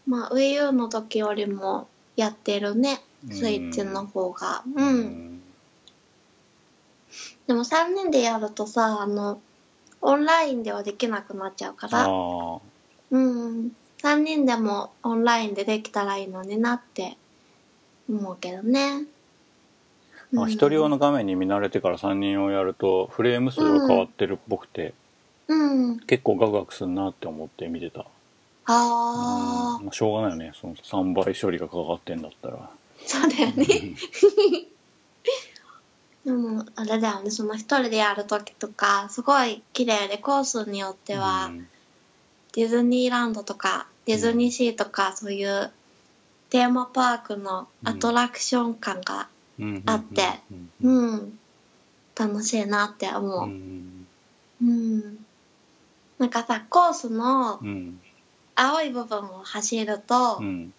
Speaker 1: まあ WiiU の時よりもやってるね
Speaker 2: うん
Speaker 1: スイッチの方がうん、
Speaker 2: うん
Speaker 1: でも3人でやるとさあのオンラインではできなくなっちゃうか
Speaker 2: あ
Speaker 1: ら
Speaker 2: ー
Speaker 1: うん3人でもオンラインでできたらいいのになって思うけどね
Speaker 2: まあ、
Speaker 1: うん
Speaker 2: 一人用の画面に見慣れてから3人用やるとフレーム数が変わってるっぽくて、
Speaker 1: うん
Speaker 2: 結構ガクガクすんなって思って見てた
Speaker 1: ああ
Speaker 2: うんまあ、しょうがないよねその3倍処理がかかってんだったら
Speaker 1: そうだよねでもあれだよねその一人でやる時とかすごい綺麗でコースによっては、
Speaker 2: うん
Speaker 1: ディズニーランドとかディズニーシーとか、そういうテーマパークのアトラクション感が
Speaker 2: うんうん
Speaker 1: あって
Speaker 2: うん
Speaker 1: う
Speaker 2: うん
Speaker 1: ん、楽しいなって
Speaker 2: う
Speaker 1: 思
Speaker 2: ん
Speaker 1: ううん、なんかさコースの
Speaker 2: うん
Speaker 1: 青い部分を走ると、
Speaker 2: うん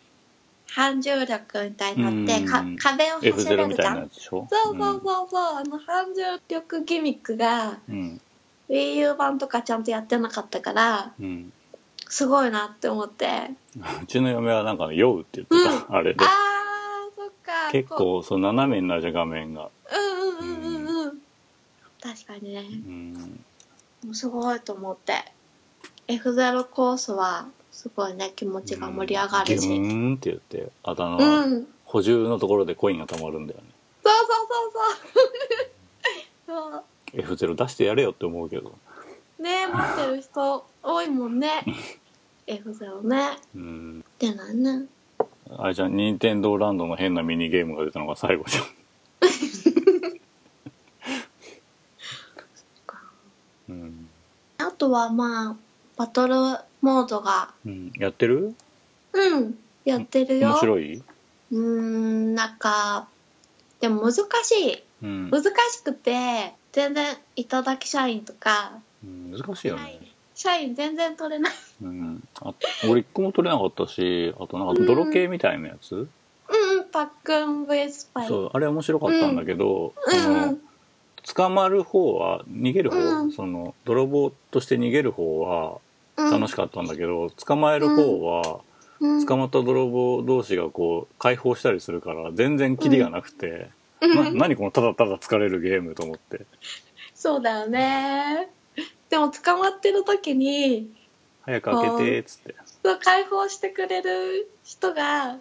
Speaker 1: 反重力みたいになって、か
Speaker 2: うん
Speaker 1: 壁を走
Speaker 2: F0
Speaker 1: れ
Speaker 2: み
Speaker 1: る
Speaker 2: た
Speaker 1: じ
Speaker 2: い
Speaker 1: ゃ
Speaker 2: なや
Speaker 1: ん
Speaker 2: つでしょ
Speaker 1: そうそうそうそう、あの反重力ギミックが
Speaker 2: うん、
Speaker 1: Wii U 版とかちゃんとやってなかったから
Speaker 2: うんうん
Speaker 1: すごいなって思ってあ
Speaker 2: うちの嫁はなんかね酔うって言ってた、あれで
Speaker 1: あーそっか
Speaker 2: 結
Speaker 1: こ
Speaker 2: 構その斜めになるじゃん画面が、
Speaker 1: ううんうんうんうんうん確かにね
Speaker 2: うん、
Speaker 1: もうすごいと思って F0 コースはすごいね気持ちが盛り上がる
Speaker 2: ギュ
Speaker 1: し
Speaker 2: ーンって言ってあだ
Speaker 1: うん、
Speaker 2: 名補充のところでコインがたまるんだよね
Speaker 1: そうそうそうそうそう
Speaker 2: F0 出してやれよって思うけど、
Speaker 1: ね持ってる人多いもんね F0 ね
Speaker 2: うん、
Speaker 1: 出ないね
Speaker 2: あれじゃん任天堂ランドの変なミニゲームが出たのが最後じゃんうん
Speaker 1: あとはまあバトルモードが
Speaker 2: うん、やってる
Speaker 1: うん、やってるよ
Speaker 2: 面。白いう
Speaker 1: ーん、なんか、でも難しい。
Speaker 2: うん、
Speaker 1: 難しくて、全然いただき社員とか、
Speaker 2: うん難しいよね、
Speaker 1: 社員全然取れない。
Speaker 2: うん、あ俺一個も取れなかったしあとなんか泥系みたいなやつ、
Speaker 1: うんうん、パックン VS パイ。
Speaker 2: そうあれ面白かったんだけど、
Speaker 1: うん
Speaker 2: そうの
Speaker 1: ん
Speaker 2: 捕まる方は逃げる方、
Speaker 1: うん
Speaker 2: その泥棒として逃げる方は
Speaker 1: うん。
Speaker 2: 楽しかったんだけど、捕まえる方は
Speaker 1: うん
Speaker 2: 捕まった泥棒同士がこう解放したりするから全然キリがなくて、な
Speaker 1: うん
Speaker 2: 何このただただ疲れるゲームと思って
Speaker 1: そうだよね。でも捕まってる時に、
Speaker 2: 早く開けてっつって
Speaker 1: そう解放してくれる人が、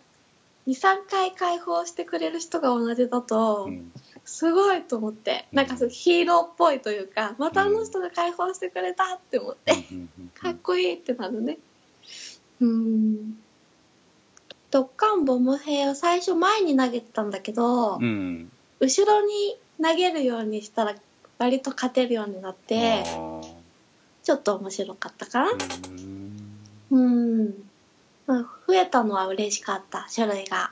Speaker 1: 2、3回解放してくれる人が同じだと、
Speaker 2: うん
Speaker 1: すごいと思って、なんかそうヒーローっぽいというか、またあの人が解放してくれたって思って、かっこいいってなるね。うん。ドッカンボム兵を最初前に投げてたんだけど、
Speaker 2: うん
Speaker 1: 後ろに投げるようにしたら割と勝てるようになっ
Speaker 2: あ
Speaker 1: て、
Speaker 2: ー
Speaker 1: ちょっと面白かったかな。
Speaker 2: うん
Speaker 1: うん。まあ増えたのは嬉しかった、種類が。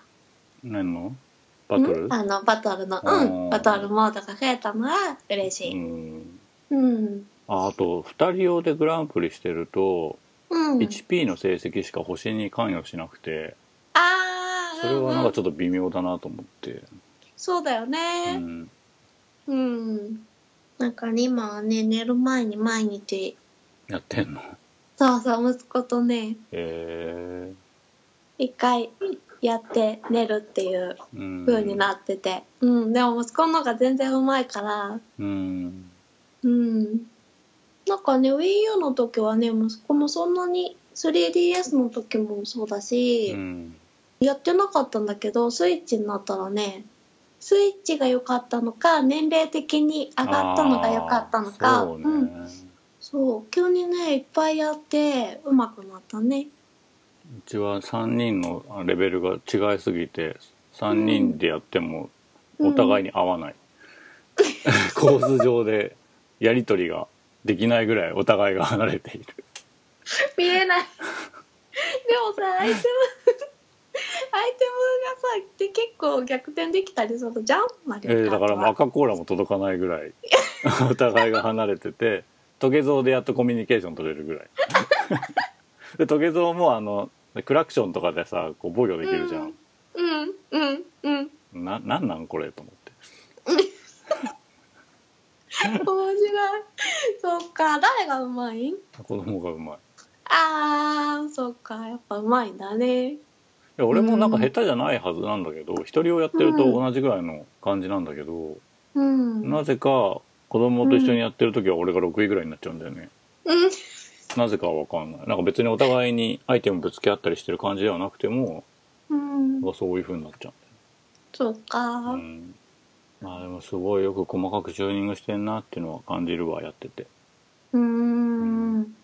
Speaker 2: 何のバトル
Speaker 1: うんあの、バトルの、
Speaker 2: あ
Speaker 1: う
Speaker 2: ー
Speaker 1: ん、バトルモードが増えたのは嬉しい。
Speaker 2: うん
Speaker 1: うん。
Speaker 2: ああと2人用でグランプリしてると、
Speaker 1: うん。
Speaker 2: 1P の成績しか星に関与しなくて
Speaker 1: ああ、
Speaker 2: それはなん
Speaker 1: うんう
Speaker 2: か
Speaker 1: ん
Speaker 2: ちょっと微妙だなと思って、
Speaker 1: そうだよ
Speaker 2: う
Speaker 1: ね。
Speaker 2: ん、
Speaker 1: うん。
Speaker 3: なんかね今はね、寝る前に毎日、
Speaker 2: やってんの
Speaker 1: そうそう、息子とね、
Speaker 2: え
Speaker 1: 一回やって寝るっていう
Speaker 2: えー、
Speaker 1: 風になってて。うん、でも息子の方が全然うまいから、
Speaker 2: うん
Speaker 1: うん。なんかね、Wii U の時はね、息子もそんなに、3DS の時もそうだ
Speaker 2: う
Speaker 1: し、
Speaker 2: ん
Speaker 1: やってなかったんだけど、スイッチになったらね、スイッチが良かったのか、年齢的に上がったのが良かったのか、
Speaker 2: あーそうね、
Speaker 1: ん、そう、急にね、いっぱいやって、うまくなったね。
Speaker 2: うちは3人のレベルが違いすぎて3人でやってもお互いに合
Speaker 1: <laughs>
Speaker 2: わない、構図上でやり取りができないぐらいお互いが離れている
Speaker 1: 見えない。 <laughs> でも <laughs> さ、アイテム、アイテムがさ、で結構逆転できたりするじゃんマリ
Speaker 2: えー
Speaker 1: オカー
Speaker 2: だ
Speaker 1: トは
Speaker 2: からもう赤コーラも届かない
Speaker 1: <laughs>
Speaker 2: ぐらいお互いが離れててトゲゾウでやっとコミュニケーション取れるぐらい
Speaker 1: <laughs>
Speaker 2: でトゲゾウもあのクラクションとかでさこう防御できるじゃん、
Speaker 1: うん、うん、うん。
Speaker 2: ななんなんこれと思って
Speaker 1: <laughs> 面白い。そっか、誰がうまいん
Speaker 2: 子供がうまいい
Speaker 1: あー、そっか、やっぱうまいんだね。
Speaker 2: や俺もなんか下手じゃないはずなんだけど一人をやってると同じぐらいの感じなんだけど、
Speaker 1: うん。
Speaker 2: なぜか子供と一緒にやってる時は俺が6位ぐらいになっちゃうんだよね、
Speaker 1: うん。
Speaker 2: なぜかわかんないなんか別にお互いにアイテムぶつけ合ったりしてる感じではなくても
Speaker 1: うん。
Speaker 2: なんかそういう風になっちゃう
Speaker 1: そっか
Speaker 2: う。ん、まあでもすごいよく細かくチューニングしてんなっていうのは感じるわやってて
Speaker 1: うん。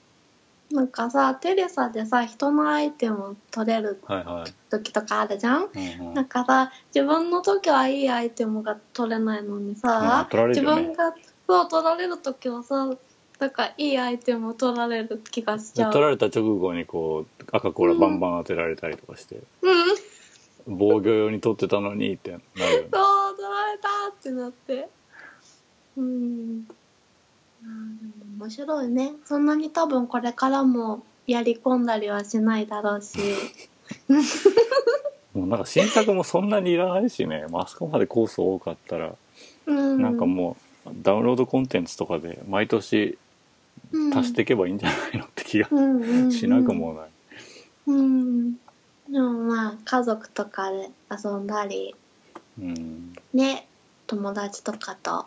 Speaker 1: なんかさ、テレサでさ、人のアイテム取れる
Speaker 2: はいは
Speaker 1: 時とかあるじゃん
Speaker 2: い、うんうん
Speaker 1: なんかさ自分の時はいいアイテムが取れないのに
Speaker 2: あ
Speaker 1: さ、
Speaker 2: 取られる
Speaker 1: 自
Speaker 2: よね
Speaker 1: 分がそう取られる時はさなんかいいアイテムを取られる気がしち
Speaker 2: で
Speaker 1: ゃ
Speaker 2: 取
Speaker 1: う。
Speaker 2: られた直後にこう赤コーラバンバン当てられたりとかして、
Speaker 1: うん、
Speaker 2: 防御用に取ってたのにってなるよね
Speaker 1: そう取られたってなって。うん。あーでも面白いね。そんなに多分これからもやり込んだりはしないだろうし。
Speaker 2: もうなんか新作もそんなにいらないしね、まああそこまでコース多かったら、
Speaker 1: うん。
Speaker 2: なんかもうダウンロードコンテンツとかで毎年
Speaker 1: うん
Speaker 2: 足していけばいいんじゃないのって気が
Speaker 1: うんうんうん
Speaker 2: しなくもない、
Speaker 1: うん。でもまあ家族とかで遊んだり。
Speaker 2: うん
Speaker 1: ね、友達とかと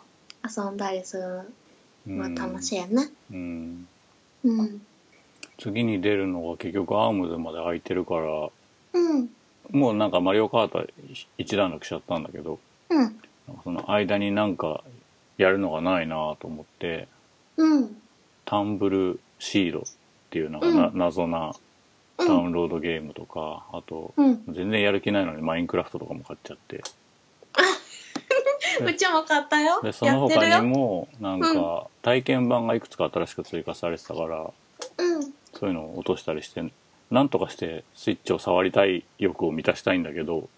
Speaker 1: 遊んだりする
Speaker 2: うん
Speaker 1: のは楽しいよね。
Speaker 2: うん
Speaker 1: うん。
Speaker 2: 次に出るのが結局アームズまで空いてるから
Speaker 1: うん。
Speaker 2: もうなんか「マリオカート」一段落しちゃったんだけど
Speaker 1: うん。
Speaker 2: なんかその間になんかやるのがないなと思って
Speaker 1: うん。
Speaker 2: 「タンブルシード」っていうなんかな、
Speaker 1: う
Speaker 2: 謎な
Speaker 1: う
Speaker 2: ダウ
Speaker 1: ん。
Speaker 2: ンロードゲームとかあと
Speaker 1: うん。
Speaker 2: 全然やる気ないのに「マインクラフト」とかも買っちゃって
Speaker 1: うちも買ったよ。
Speaker 2: でそ
Speaker 1: や
Speaker 2: の
Speaker 1: ってる
Speaker 2: 他に
Speaker 1: よ。
Speaker 2: もなんか体験版がいくつか新しく追加されてたから
Speaker 1: うん。
Speaker 2: そういうのを落としたりしてなんとかしてスイッチを触りたい欲を満たしたいんだけど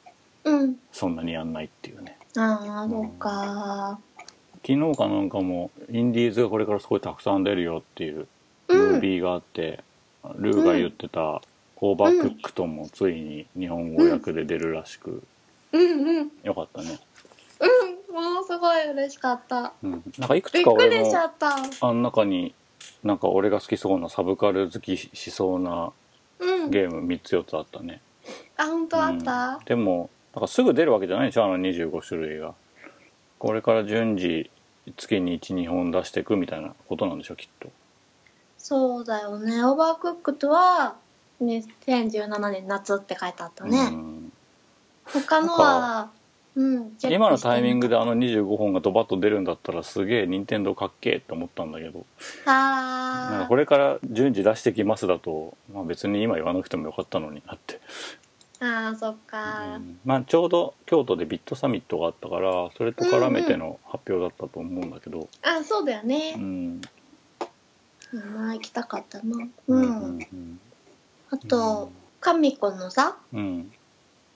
Speaker 1: うん。
Speaker 2: そんなにやんないっていうね
Speaker 1: ああ、そうか。
Speaker 2: 昨日かなんかもインディーズがこれからすごいたくさん出るよっていう
Speaker 1: う
Speaker 2: ム
Speaker 1: ん
Speaker 2: ービーがあって、ルーが言ってたホーバー・クックトンもついに日本語訳で出るらしく、
Speaker 1: うんうん。
Speaker 2: よかったね、
Speaker 1: うん。もうすごい嬉しかった。
Speaker 2: うん、なんかいく
Speaker 1: び
Speaker 2: つ
Speaker 1: っ
Speaker 2: か
Speaker 1: く
Speaker 2: 俺
Speaker 1: りしちゃ
Speaker 2: も
Speaker 1: った。
Speaker 2: あん中になんか俺が好きそうなサブカル好きしそうな
Speaker 1: うん。
Speaker 2: ゲーム3つ4つあったね、
Speaker 1: あ、本当あった、
Speaker 2: うんでもなんかすぐ出るわけじゃないでしょあの25種類がこれから順次月に12本出していくみたいなことなんでしょきっと
Speaker 1: そうだよね。オーバークックとは、2017年夏って書いてあったね。
Speaker 2: うん
Speaker 1: 他のは、うん。チェックして
Speaker 2: 今のタイミングであの25本がドバッと出るんだったらすげえ任天堂かっけえって思ったんだけどなん
Speaker 1: あ
Speaker 2: かこ
Speaker 1: ー
Speaker 2: れから順次出してきますだと、まあ、別に今言わなくてもよかったのになって、
Speaker 1: あー、そっ
Speaker 2: う
Speaker 1: か。
Speaker 2: んまあ、ちょうど京都でビットサミットがあったからそれと絡めての発表だったと思うんだけど、
Speaker 1: あ、そうだよ
Speaker 2: う
Speaker 1: ね。
Speaker 2: ん
Speaker 1: まあ、行きたかったな。うん。
Speaker 2: うん
Speaker 1: あと、カミコのさ、
Speaker 2: うん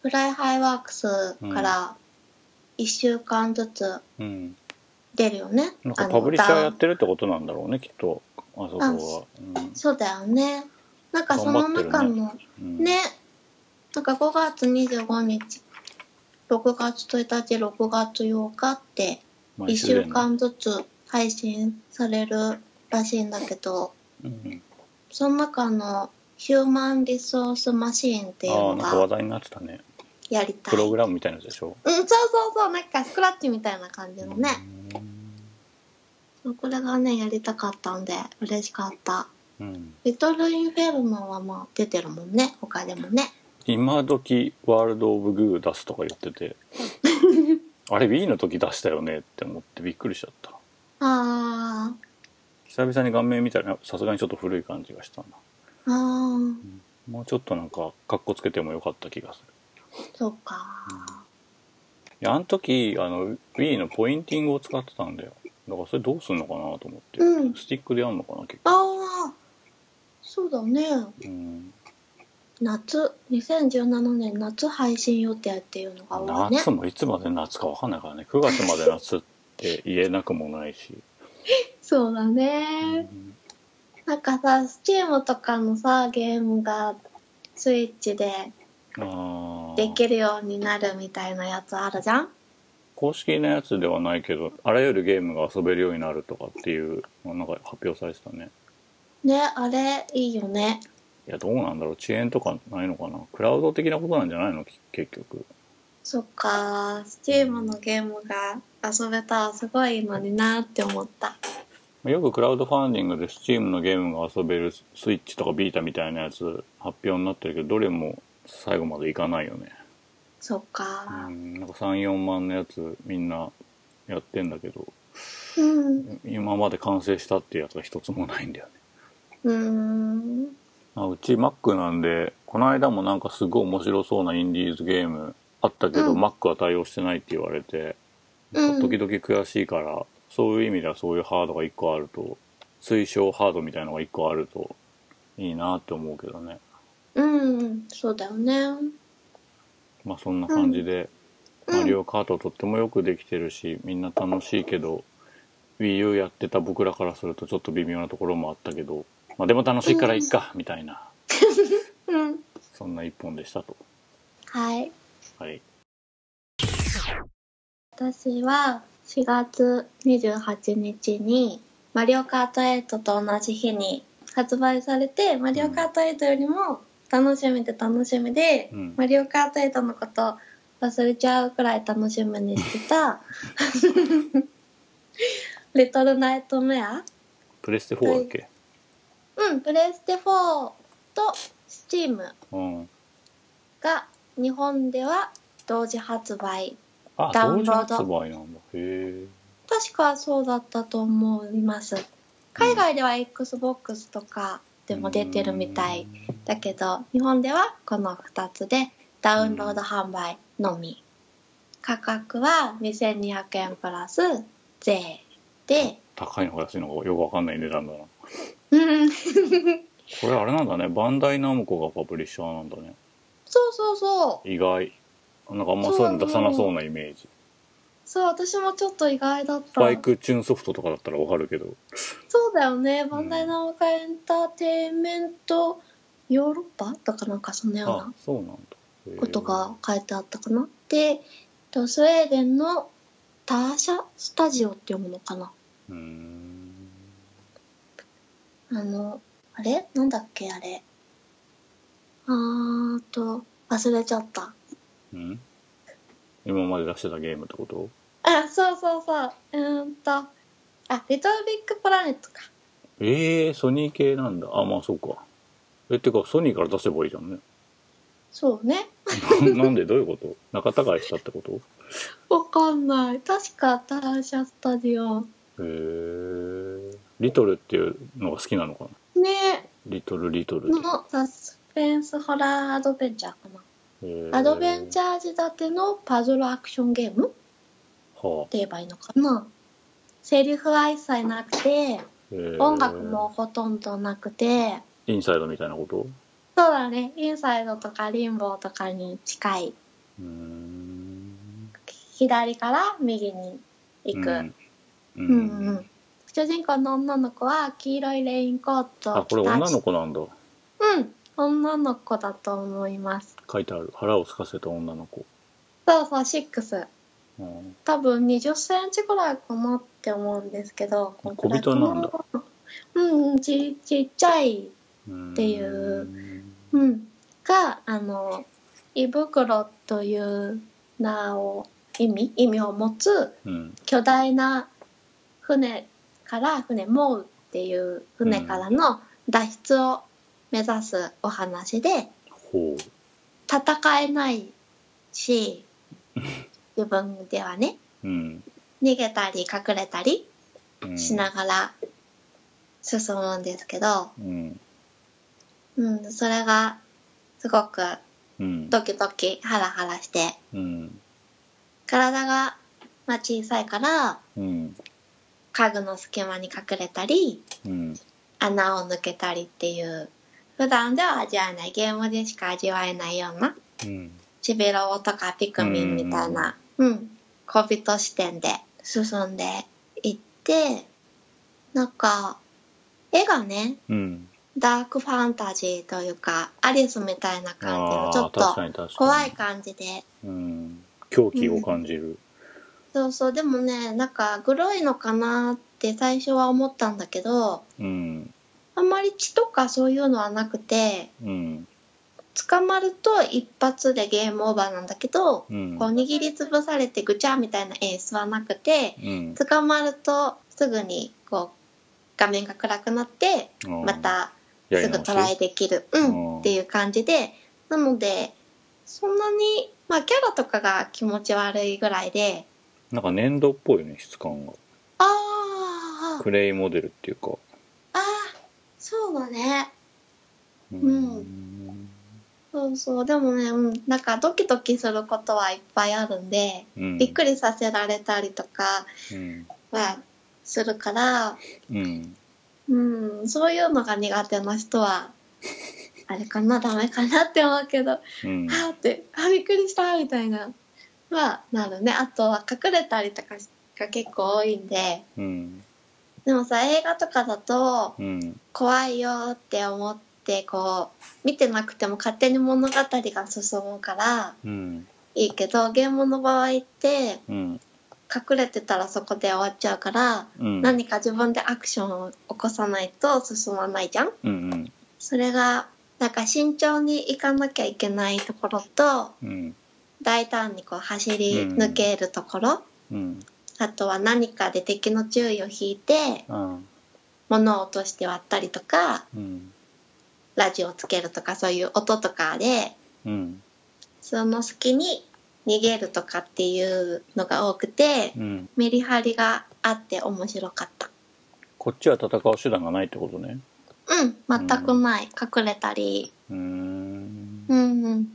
Speaker 1: フライハイワークスから1週間ずつ
Speaker 2: うん
Speaker 1: 出るよね。
Speaker 2: なんか
Speaker 1: あの
Speaker 2: パブリッシャーやっ
Speaker 1: ダウン
Speaker 2: てるってことなんだろうねきっとあそこは、
Speaker 1: そうだよね。なんかその中の、
Speaker 2: うんうん
Speaker 1: ね、なんか5月25日、6月1日、6月8日って1
Speaker 2: 毎週
Speaker 1: 週
Speaker 2: でね
Speaker 1: 間ずつ配信されるらしいんだけど、
Speaker 2: うん
Speaker 1: その中のヒューマンリソースマシーンっていう
Speaker 2: ああ
Speaker 1: の
Speaker 2: なんか話
Speaker 1: が
Speaker 2: 題になってたね
Speaker 1: やりたい。
Speaker 2: プログ
Speaker 1: うん、
Speaker 2: ラムみたいなやつでしょ、
Speaker 1: そうそうそう、なんかスクラッチみたいな感じのね。
Speaker 2: うん
Speaker 1: これがね、やりたかったんで、嬉しかった。
Speaker 2: うん、
Speaker 1: リトルインフェルノはもう出てるもんね、他でもね。
Speaker 2: 今時ワールド・オブ・グー出すとか言って
Speaker 1: <laughs>
Speaker 2: てあれ Wii の時出したよねって思ってびっくりしちゃった
Speaker 1: あー、
Speaker 2: 久々に顔面見たらさすがにちょっと古い感じがしたな
Speaker 1: あー、
Speaker 2: もうちょっとなんかカッコつけてもよかった気がする
Speaker 1: そうか。
Speaker 2: いやあの時あの Wii のポインティングを使ってたんだよだからそれどうすんのかなと思って、
Speaker 1: うん
Speaker 2: スティックでやんのかな結構、
Speaker 1: あー、そうだね。
Speaker 2: うん、
Speaker 1: 夏、2017年夏配信予定っていうのが多いね
Speaker 2: 夏。もいつまで夏かわかんないからね9月まで夏って言えなくもないし、
Speaker 1: そうだ
Speaker 2: う
Speaker 1: ね。
Speaker 2: ん
Speaker 1: なんかさ、スチームとかのさ、ゲームが、スイッチで
Speaker 2: あー
Speaker 1: できるようになるみたいなやつあるじゃん
Speaker 2: 公式なやつではないけどあらゆるゲームが遊べるようになるとかっていうのなんか発表されてたね
Speaker 1: ね、あれ、いいよね。
Speaker 2: いやどうなんだろう遅延とかないのかなクラウド的なことなんじゃないのき結局
Speaker 1: そっか、スチームのゲームが遊べたらすごいのになって思った。
Speaker 2: よくクラウドファンディングで Steam のゲームが遊べるスイッチとかビータみたいなやつ発表になってるけどどれも最後までいかないよね
Speaker 1: そっ
Speaker 2: う
Speaker 1: か。
Speaker 2: んなんか34万のやつみんなやってんだけど
Speaker 1: うん。
Speaker 2: 今まで完成したっていうやつが一つもないんだよね
Speaker 1: うーん。
Speaker 2: あうち Mac なんでこの間もなんかすごい面白そうなインディーズゲームあったけど、
Speaker 1: うん
Speaker 2: Mac は対応してないって言われて、
Speaker 1: うん
Speaker 2: 時々悔しいからそういう意味ではそういうハードが1個あると推奨ハードみたいのが1個あるといいなって思うけどね
Speaker 1: うん。そうだよね。
Speaker 2: まあそんな感じで、
Speaker 1: うん
Speaker 2: マリオカートとってもよくできてるしみんな楽しいけど WiiU やってた僕らからするとちょっと微妙なところもあったけど、まあ、でも楽しいからいっか、みたいな
Speaker 1: うん。
Speaker 2: そんな1本でしたと。
Speaker 1: はい。
Speaker 2: はい
Speaker 1: 私は4月28日にマリオカート8と同じ日に発売されて、マリオカート8よりも楽しみで楽しみで、
Speaker 2: うん
Speaker 1: マリオカート8のこと忘れちゃうくらい楽しみにしてた、 <laughs> リトルナイトメア
Speaker 2: プレステ4だっけ、
Speaker 1: うん、プレステ4と Steam
Speaker 2: うん
Speaker 1: が日本では同時発売。
Speaker 2: あ、
Speaker 1: ダウンロード
Speaker 2: 同時発売なんだ。へえ。
Speaker 1: 確かそうだったと思います海外では XBOX とかでも出てるみたいだけど日本ではこの2つでダウンロード販売のみ価格は2200円プラス税で
Speaker 2: 高いのか安いのかよくわかんない値段だな。
Speaker 1: うん
Speaker 2: これあれなんだねバンダイナムコがパブリッシャーなんだね
Speaker 1: そうそうそう。
Speaker 2: 意外なんかあんまそういうの出さなそうなイメージ
Speaker 1: そう、私もちょっと意外だった。
Speaker 2: スパイクチューンソフトとかだったらわかるけど
Speaker 1: そうだよね。バンダイナムコエンターテインメントヨーロッパとかなんかそのよう
Speaker 2: あ
Speaker 1: な
Speaker 2: そうなんだへー
Speaker 1: ことが書いてあったかな。で、えっとスウェーデンのターシャスタジオって読むのかな。
Speaker 2: うーん
Speaker 1: あの、あれなんだっけあれ。あーっと、忘れちゃった。
Speaker 2: うん今まで出してたゲームってこと
Speaker 1: あ、そうそうそう。うーんと。あ、リトルビッグプラネットか。
Speaker 2: ええー、ソニー系なんだあまあそうかえってかソニーから出せばいいじゃんね <laughs>
Speaker 1: そうね。
Speaker 2: ななんでどういうこと仲違いしたってこと
Speaker 1: わかんない。確かターシャスタジオ。
Speaker 2: へえリトルっていうのが好きなのかな
Speaker 1: ね
Speaker 2: リトルリトルって
Speaker 1: のサスペンスホラーアドベンチャーか
Speaker 2: へー
Speaker 1: な。アドベンチャー仕立てのパズルアクションゲームって
Speaker 2: はあ
Speaker 1: 言えばいいのかな。セリフは一切なくて、
Speaker 2: へー
Speaker 1: 音楽もほとんどなくて、
Speaker 2: インサイドみたいなこと
Speaker 1: そうだね、インサイドとかリンボーとかに近い、
Speaker 2: うーん
Speaker 1: 左から右に行く。
Speaker 2: うん
Speaker 1: う
Speaker 2: う
Speaker 1: んんうん主人公の女の子は黄色いレインコート
Speaker 2: あ
Speaker 1: を着
Speaker 2: こ
Speaker 1: た
Speaker 2: れ女の子なんだ
Speaker 1: うん女の子だと思います
Speaker 2: 書いてある腹を空かせた女の子、
Speaker 1: そうそう6
Speaker 2: うん、
Speaker 1: 多分2 0センチぐらいかなって思うんですけど
Speaker 2: 小人なんだ
Speaker 1: うんうんちちっちゃい
Speaker 2: って
Speaker 1: いううんがあの胃袋という名を意味意味を持つ
Speaker 2: うん
Speaker 1: 巨大な船から船モウっていう船からの脱出を目指すお話で
Speaker 2: ほ
Speaker 1: 戦えない <laughs> し自分ではね
Speaker 2: ううん
Speaker 1: 逃げたり隠れたり
Speaker 2: うん
Speaker 1: しながら進むんですけど、
Speaker 2: うん
Speaker 1: うん、それがすごく
Speaker 2: うん
Speaker 1: ドキドキハラハラして
Speaker 2: うん
Speaker 1: 体がまあ小さいから
Speaker 2: うん
Speaker 1: 家具の隙間に隠れたり
Speaker 2: うん
Speaker 1: 穴を抜けたりっていう普段では味わえないゲームでしか味わえないような
Speaker 2: うん
Speaker 1: チビロボとかピクミンみたいなうん小人視点で進んでいってなんか絵がね
Speaker 2: うん
Speaker 1: ダークファンタジーというかアリスみたいな感じのちょ
Speaker 2: あ
Speaker 1: っ
Speaker 2: ー確
Speaker 1: と
Speaker 2: かに確かに
Speaker 1: 怖い感じで
Speaker 2: うん狂気を感じる
Speaker 1: そうそうでもねなんかグロいのかなって最初は思ったんだけど
Speaker 2: うん
Speaker 1: あんまり血とかそういうのはなくて
Speaker 2: うん
Speaker 1: 捕まると一発でゲームオーバーなんだけど、
Speaker 2: うん
Speaker 1: こう握りつぶされてぐちゃみたいな演出はなくて
Speaker 2: うん
Speaker 1: 捕まるとすぐにこう画面が暗くなって
Speaker 2: あー
Speaker 1: また
Speaker 2: や
Speaker 1: す
Speaker 2: り
Speaker 1: ぐ
Speaker 2: 直し
Speaker 1: トライできる、
Speaker 2: り
Speaker 1: う
Speaker 2: 直しうん
Speaker 1: ん、っていう感じでなのでそんなに、まあ、キャラとかが気持ち悪いぐらいで
Speaker 2: なんか粘土っぽいね質感が
Speaker 1: あー
Speaker 2: クレイモデルっていうか
Speaker 1: あーそうだね
Speaker 2: うん
Speaker 1: そうそうでもね、うん、なんかドキドキすることはいっぱいあるんで
Speaker 2: うん
Speaker 1: びっくりさせられたりとか
Speaker 2: うん
Speaker 1: はするから、
Speaker 2: うん
Speaker 1: うん、そういうのが苦手な人はあれかなダメかなって思うけど、
Speaker 2: うん
Speaker 1: あーってあーびっくりしたみたいなはなるねあとは隠れたりとかが結構多いんで
Speaker 2: うん
Speaker 1: でもさ映画とかだと
Speaker 2: うん
Speaker 1: 怖いよって思ってこう見てなくても勝手に物語が進むから
Speaker 2: うん
Speaker 1: いいけどゲームの場合って
Speaker 2: うん
Speaker 1: 隠れてたらそこで終わっちゃうから、
Speaker 2: うん
Speaker 1: 何か自分でアクションを起こさないと進まないじゃん
Speaker 2: うんうん
Speaker 1: それがなんか慎重に行かなきゃいけないところと
Speaker 2: うん
Speaker 1: 大胆にこう走り抜けるところ、
Speaker 2: うん
Speaker 1: あとは何かで敵の注意を引いて
Speaker 2: あ
Speaker 1: 物を落として割ったりとか
Speaker 2: うん
Speaker 1: ラジオをつけるとかそういう音とかで
Speaker 2: うん
Speaker 1: その隙に逃げるとかっていうのが多くて
Speaker 2: うん
Speaker 1: メリハリがあって面白かった。
Speaker 2: こっちは戦う手段がないってことね
Speaker 1: うん、全くない。隠れたり。
Speaker 2: うーん
Speaker 1: うんうん。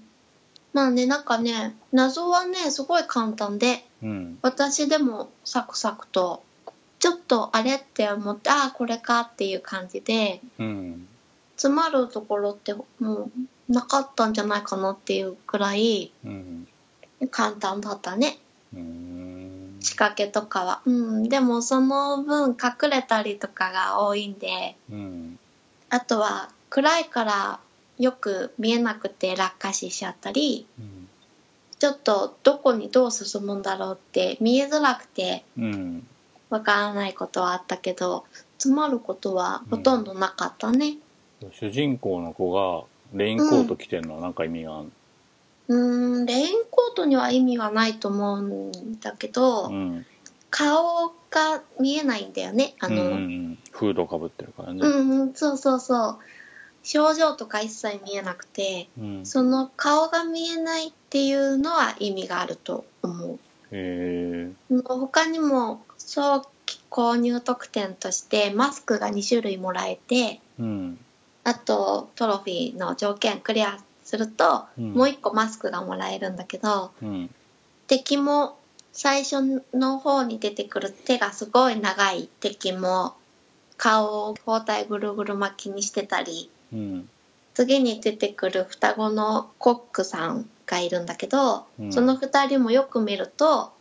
Speaker 1: まあね、なんかね、謎はね、すごい簡単で、
Speaker 2: うん
Speaker 1: 私でもサクサクと、ちょっとあれって思って、ああ、これかっていう感じで、
Speaker 2: うん
Speaker 1: 詰まるところってもうなかったんじゃないかなっていうくらい
Speaker 2: うん
Speaker 1: 簡単だったね
Speaker 2: うん
Speaker 1: 仕掛けとかはうんでもその分隠れたりとかが多いんで
Speaker 2: うん
Speaker 1: あとは暗いからよく見えなくて落下死しちゃったり
Speaker 2: うん
Speaker 1: ちょっとどこにどう進むんだろうって見えづらくて
Speaker 2: うん
Speaker 1: わからないことはあったけど詰まることはほとんどなかったね
Speaker 2: 主人公の子がレインコート着てるのはなんか意味がある
Speaker 1: うんんレインコートには意味はないと思うんだけど、
Speaker 2: うん
Speaker 1: 顔が見えないんだよねあの、
Speaker 2: うんうんうんフードかぶってるからね
Speaker 1: うんうん、そうそうそう。症状とか一切見えなくて、
Speaker 2: うん
Speaker 1: その顔が見えないっていうのは意味があると思
Speaker 2: へ
Speaker 1: う。もう他にも早期購入特典としてマスクが2種類もらえて、
Speaker 2: えうん
Speaker 1: あとトロフィーの条件クリアすると、
Speaker 2: うん
Speaker 1: もう1個マスクがもらえるんだけど、
Speaker 2: うん
Speaker 1: 敵も最初の方に出てくる手がすごい長い敵も顔を包帯ぐるぐる巻きにしてたり、
Speaker 2: うん
Speaker 1: 次に出てくる双子のコックさんがいるんだけど、
Speaker 2: うん
Speaker 1: その2人もよく見ると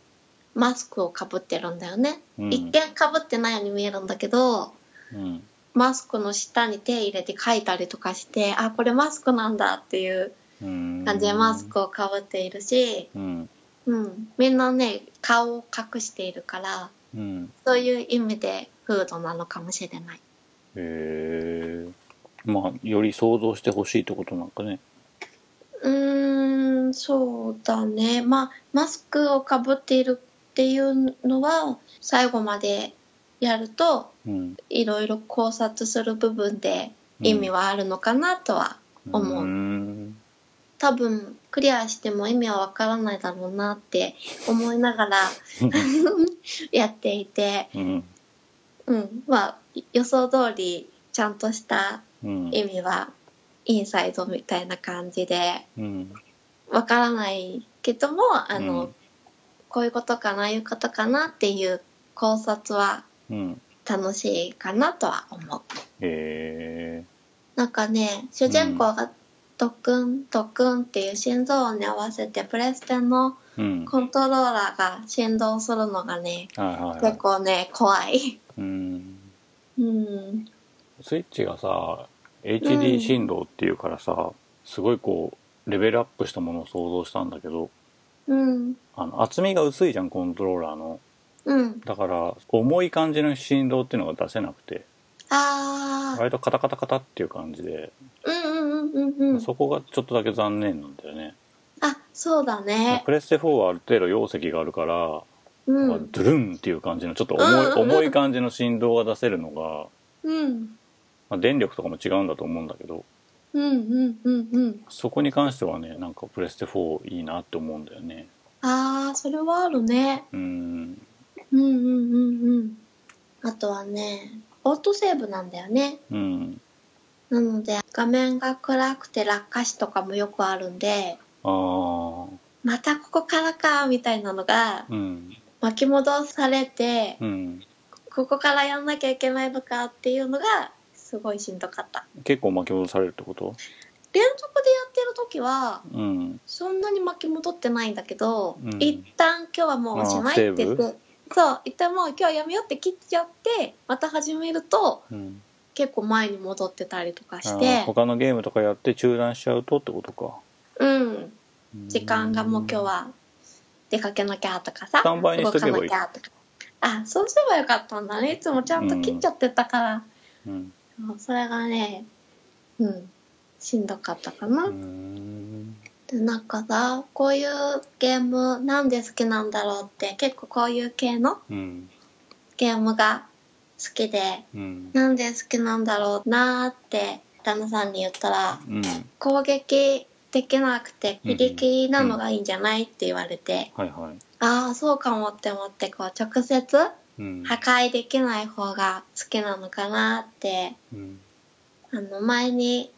Speaker 1: マスクをかぶってるんだよね、
Speaker 2: うん
Speaker 1: 一見かぶってないように見えるんだけど
Speaker 2: うん
Speaker 1: マスクの下に手入れて書いたりとかしてあこれマスクなんだっていう
Speaker 2: うん
Speaker 1: 感じでマスクをかぶっているし、
Speaker 2: うん
Speaker 1: うん、みんなね顔を隠しているから
Speaker 2: うん
Speaker 1: そういう意味でフードなのかもしれない
Speaker 2: へえまあより想像してほしいってことなんかね
Speaker 1: うーん、そうだね。まあ、マスクをかぶっているっていうのは、最後までやると、
Speaker 2: うん
Speaker 1: いろいろ考察する部分で意味はあるのかなとは。思う
Speaker 2: うん
Speaker 1: 多分、クリアしても意味はわからないだろうなって思いながらやっていて、
Speaker 2: うん
Speaker 1: うん、まあ、予想通りちゃんとした
Speaker 2: うん
Speaker 1: 意味は、インサイドみたいな感じで
Speaker 2: うん
Speaker 1: わからないけどもあの、
Speaker 2: うん
Speaker 1: こういうことかなああいうことかなっていう考察は
Speaker 2: うん
Speaker 1: 楽しいかなとは思う
Speaker 2: へえ
Speaker 1: なんかね主人公がドクンドクンっていう心臓音に合わせてプレステの
Speaker 2: うん
Speaker 1: コントローラーが振動するのがね
Speaker 2: はいはいは
Speaker 1: 結
Speaker 2: い
Speaker 1: 構ね怖い
Speaker 2: うん
Speaker 1: うん
Speaker 2: スイッチがさ HD 振動っていうからさ、すごいこうレベルアップしたものを想像したんだけど
Speaker 1: うん
Speaker 2: あの厚みが薄いじゃんコントローラーの
Speaker 1: うん
Speaker 2: だから重い感じの振動っていうのが出せなくて
Speaker 1: ああ
Speaker 2: 割とカタカタカタっていう感じで、
Speaker 1: うんうんうんうんうん
Speaker 2: そこがちょっとだけ残念なんだよね
Speaker 1: あそうだね
Speaker 2: プレステ4はある程度容積があるから、
Speaker 1: うん
Speaker 2: ドゥルンっていう感じのちょっと重い,、
Speaker 1: <laughs> うんうんうん
Speaker 2: 重い感じの振動が出せるのが、
Speaker 1: うん
Speaker 2: まあ、電力とかも違うんだと思うんだけど
Speaker 1: うんうんうんうん
Speaker 2: そこに関してはねなんかプレステ4いいなって思うんだよね
Speaker 1: ああそれはあるね
Speaker 2: うん
Speaker 1: うんうんうんうんあとはねオートセーブなんだよね
Speaker 2: うん
Speaker 1: なので画面が暗くて落下死とかもよくあるんで
Speaker 2: ああ
Speaker 1: またここからかみたいなのが
Speaker 2: うん
Speaker 1: 巻き戻されて
Speaker 2: うん
Speaker 1: ここからやんなきゃいけないのかっていうのがすごいしんどかった
Speaker 2: 結構巻き戻されるってこと
Speaker 1: 連続でやってる時は
Speaker 2: うん
Speaker 1: そんなに巻き戻ってないんだけど、
Speaker 2: うん
Speaker 1: 一旦今日はもうおしまいって言っ
Speaker 2: あ
Speaker 1: てそう一旦もう今日やめようって切っちゃってまた始めると
Speaker 2: うん
Speaker 1: 結構前に戻ってたりとかし
Speaker 2: あー
Speaker 1: て
Speaker 2: 他のゲームとかやって中断しちゃうとってことか
Speaker 1: うん時間がもう今日
Speaker 2: は
Speaker 1: は出かけなきゃとかさ
Speaker 2: スタンバイにしとけばいい
Speaker 1: 動かなきゃとかあそうすればよかったんだねいつもちゃんと切っちゃってたから、
Speaker 2: うん
Speaker 1: もうそれがねうんしんどかったかな、
Speaker 2: うん
Speaker 1: でなんかさこういうゲームなんで好きなんだろうって結構こういう系の
Speaker 2: うん
Speaker 1: ゲームが好きで
Speaker 2: うん
Speaker 1: なんで好きなんだろうなーって旦那さんに言ったら
Speaker 2: うん
Speaker 1: 攻撃できなくて非力なのがいいんじゃないって言われて、
Speaker 2: はいはい
Speaker 1: ああそうかもって思ってこう直接
Speaker 2: うん
Speaker 1: 破壊できない方が好きなのかなって
Speaker 2: うん
Speaker 1: あの前に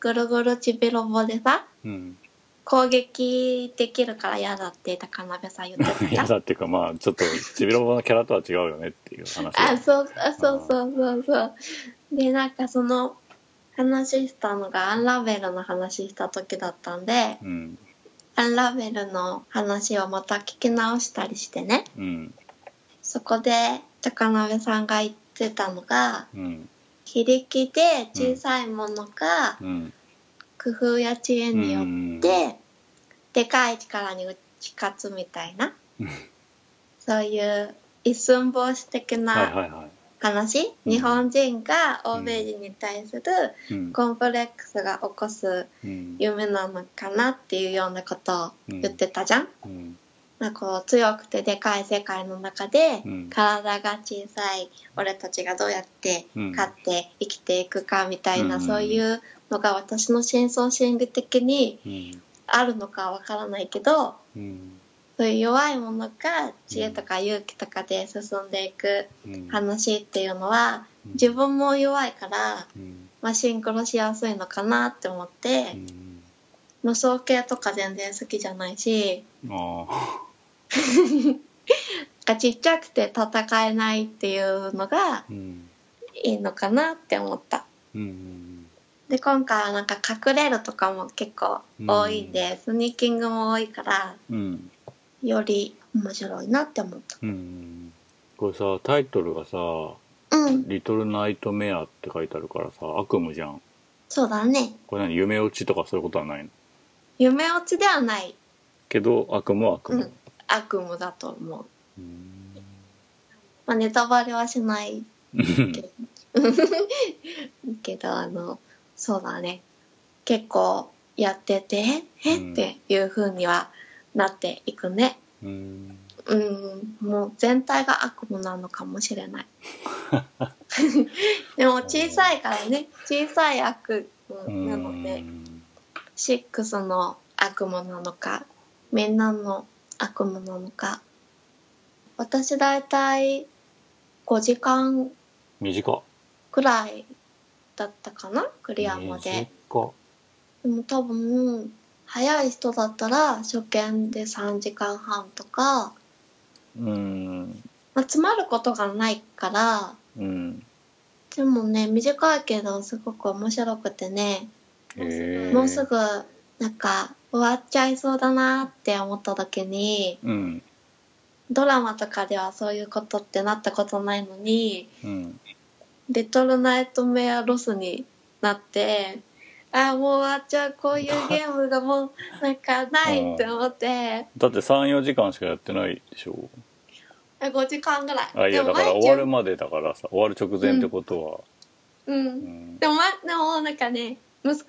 Speaker 1: ぐるぐるちびろぼでさ
Speaker 2: うん
Speaker 1: 攻撃できるから嫌だって高鍋さん言って
Speaker 2: <laughs> い
Speaker 1: た
Speaker 2: やだっていうかまあちょっとちびろぼのキャラとは違うよねっていう話
Speaker 1: あそうそうそうそうそうそうでなんかその話したのがアンラベルの話した時だったんで、
Speaker 2: うん
Speaker 1: アンラベルの話をまた聞き直したりしてね、
Speaker 2: うん
Speaker 1: そこで高鍋さんが言ってたのが、
Speaker 2: うん
Speaker 1: 非力で小さいものか、
Speaker 2: うん
Speaker 1: 工夫や知恵
Speaker 2: う
Speaker 1: によっ
Speaker 2: ん
Speaker 1: て、でかい力に打ち勝つみたいな
Speaker 2: うん
Speaker 1: そういう一寸法師的
Speaker 2: はい
Speaker 1: な
Speaker 2: はいは
Speaker 1: 話、
Speaker 2: うん
Speaker 1: 日本人が欧米人に対する
Speaker 2: いうん
Speaker 1: コンプレックスが起こす
Speaker 2: うん
Speaker 1: 夢なのかなっていうようなことを言ってたじゃん。
Speaker 2: うん
Speaker 1: なんかこう強くてでかい世界の中で、
Speaker 2: うん
Speaker 1: 体が小さい俺たちがどうやって
Speaker 2: うん
Speaker 1: 勝って生きていくかみたいな、
Speaker 2: うん
Speaker 1: そういうのが私の深層心理的に
Speaker 2: うん
Speaker 1: あるのかわからないけど
Speaker 2: うん
Speaker 1: そういう弱いものが知恵とか勇気とかで進んでいく
Speaker 2: うん
Speaker 1: 話っていうのは
Speaker 2: うん
Speaker 1: 自分も弱いから、
Speaker 2: うん
Speaker 1: まあ、シンクロしやすいのかなって思って
Speaker 2: うん
Speaker 1: 無双系とか全然好きじゃないし
Speaker 2: ああ
Speaker 1: がちっちゃくて戦えないっていうのが
Speaker 2: うん
Speaker 1: いいのかなって思った。
Speaker 2: うん
Speaker 1: で今回はなんか隠れるとかも結構多いんで、スニーキングも多いから
Speaker 2: うん
Speaker 1: より面白いなって思った。
Speaker 2: うんこれさタイトルがさ
Speaker 1: う
Speaker 2: 「
Speaker 1: ん
Speaker 2: リトルナイトメア」って書いてあるからさ悪夢じゃん
Speaker 1: そうだね
Speaker 2: これ何夢落ちとかそういうことはないの
Speaker 1: 夢落ちではない
Speaker 2: けど悪夢は悪夢、
Speaker 1: 悪夢だと思う。
Speaker 2: うん
Speaker 1: まあ、ネタバレはしない
Speaker 2: うん
Speaker 1: けどあのそうだね結構やっててえ
Speaker 2: うん
Speaker 1: っていう風にはなっていくね。
Speaker 2: うん
Speaker 1: うんもう全体が悪夢なのかもしれ
Speaker 2: <laughs>
Speaker 1: ないでも小さいからね小さい悪夢なのでシックスの悪夢なのかみんなの悪夢なのか私大体5時間
Speaker 2: 短っ
Speaker 1: くらいだったかなクリアま
Speaker 2: 短
Speaker 1: で
Speaker 2: っ
Speaker 1: でも多分早い人だったら初見で3時間半とか、
Speaker 2: うん
Speaker 1: まあ、詰まることがないから
Speaker 2: うん
Speaker 1: でもね短いけどすごく面白くてね、
Speaker 2: え
Speaker 1: もうすぐなんか終わっちゃいそうだなって思った時に
Speaker 2: うん
Speaker 1: ドラマとかではそういうことってなったことないのに
Speaker 2: うん
Speaker 1: 「リトルナイトメアロス」になってあーもう終わっちゃうこういうゲームがもうなんかないって思って
Speaker 2: だって34時間しかやってないでしょ
Speaker 1: あ5時間ぐらい。
Speaker 2: あいや
Speaker 1: でも
Speaker 2: だから
Speaker 1: 毎
Speaker 2: 終
Speaker 1: 日
Speaker 2: わるまでだからさ終わる直前ってことは、
Speaker 1: うん
Speaker 2: うん
Speaker 1: でも、ま、でもなんかね息子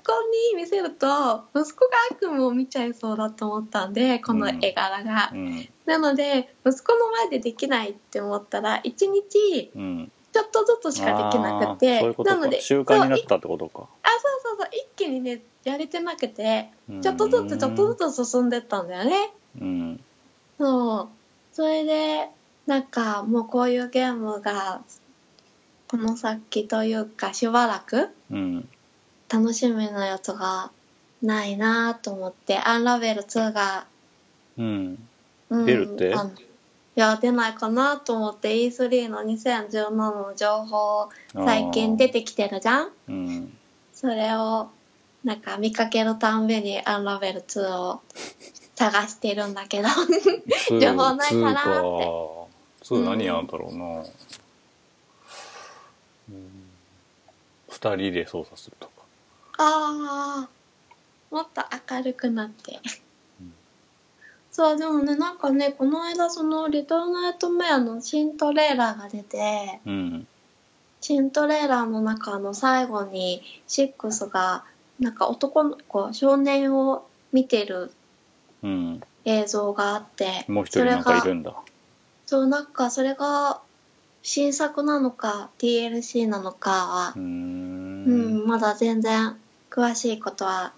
Speaker 1: に見せると息子が悪夢を見ちゃいそうだと思ったんでこの絵柄が、
Speaker 2: うん
Speaker 1: なので息子の前でできないって思ったら1日
Speaker 2: うん、
Speaker 1: ちょっとずつしかできなく
Speaker 2: あー
Speaker 1: て
Speaker 2: そういうこと
Speaker 1: なの
Speaker 2: か
Speaker 1: で
Speaker 2: 習慣になっ
Speaker 1: そうい
Speaker 2: たってことか
Speaker 1: あそうそうそう一気にねやれてなくて
Speaker 2: うん
Speaker 1: ちょっとずつちょっとずつ進んでったんだよね、
Speaker 2: うん
Speaker 1: そうそれでなんかもうこういうゲームがこの先というかしばらく
Speaker 2: うん
Speaker 1: 楽しみのやつがないなぁと思って、アンラベル2が、
Speaker 2: うん
Speaker 1: うん
Speaker 2: 出るって
Speaker 1: あのいや、出ないかなと思って E3 の2017の情報最近出てきてるじゃん
Speaker 2: うん
Speaker 1: それを、なんか見かけるたんびにアンラベル2を探してるんだ
Speaker 2: <laughs>
Speaker 1: けど。
Speaker 2: 通
Speaker 1: <laughs> 情報ないかなって
Speaker 2: 通か通何やんだろうな、うん2人で操作するとか
Speaker 1: ああ、もっと明るくなって
Speaker 2: うん。
Speaker 1: そう、でもね、なんかね、この間、その、リトルナイトメアの新トレーラーが出て、
Speaker 2: うん
Speaker 1: 新トレーラーの中の最後に、シックスが、なんか男の子、少年を見てる
Speaker 2: うん
Speaker 1: 映像があって、
Speaker 2: もう一人なんかい
Speaker 1: それが
Speaker 2: るんだ
Speaker 1: そう、なんか、それが、新作なのか、DLC なのかは
Speaker 2: うー、ん
Speaker 1: うん、まだ全然、詳しいことは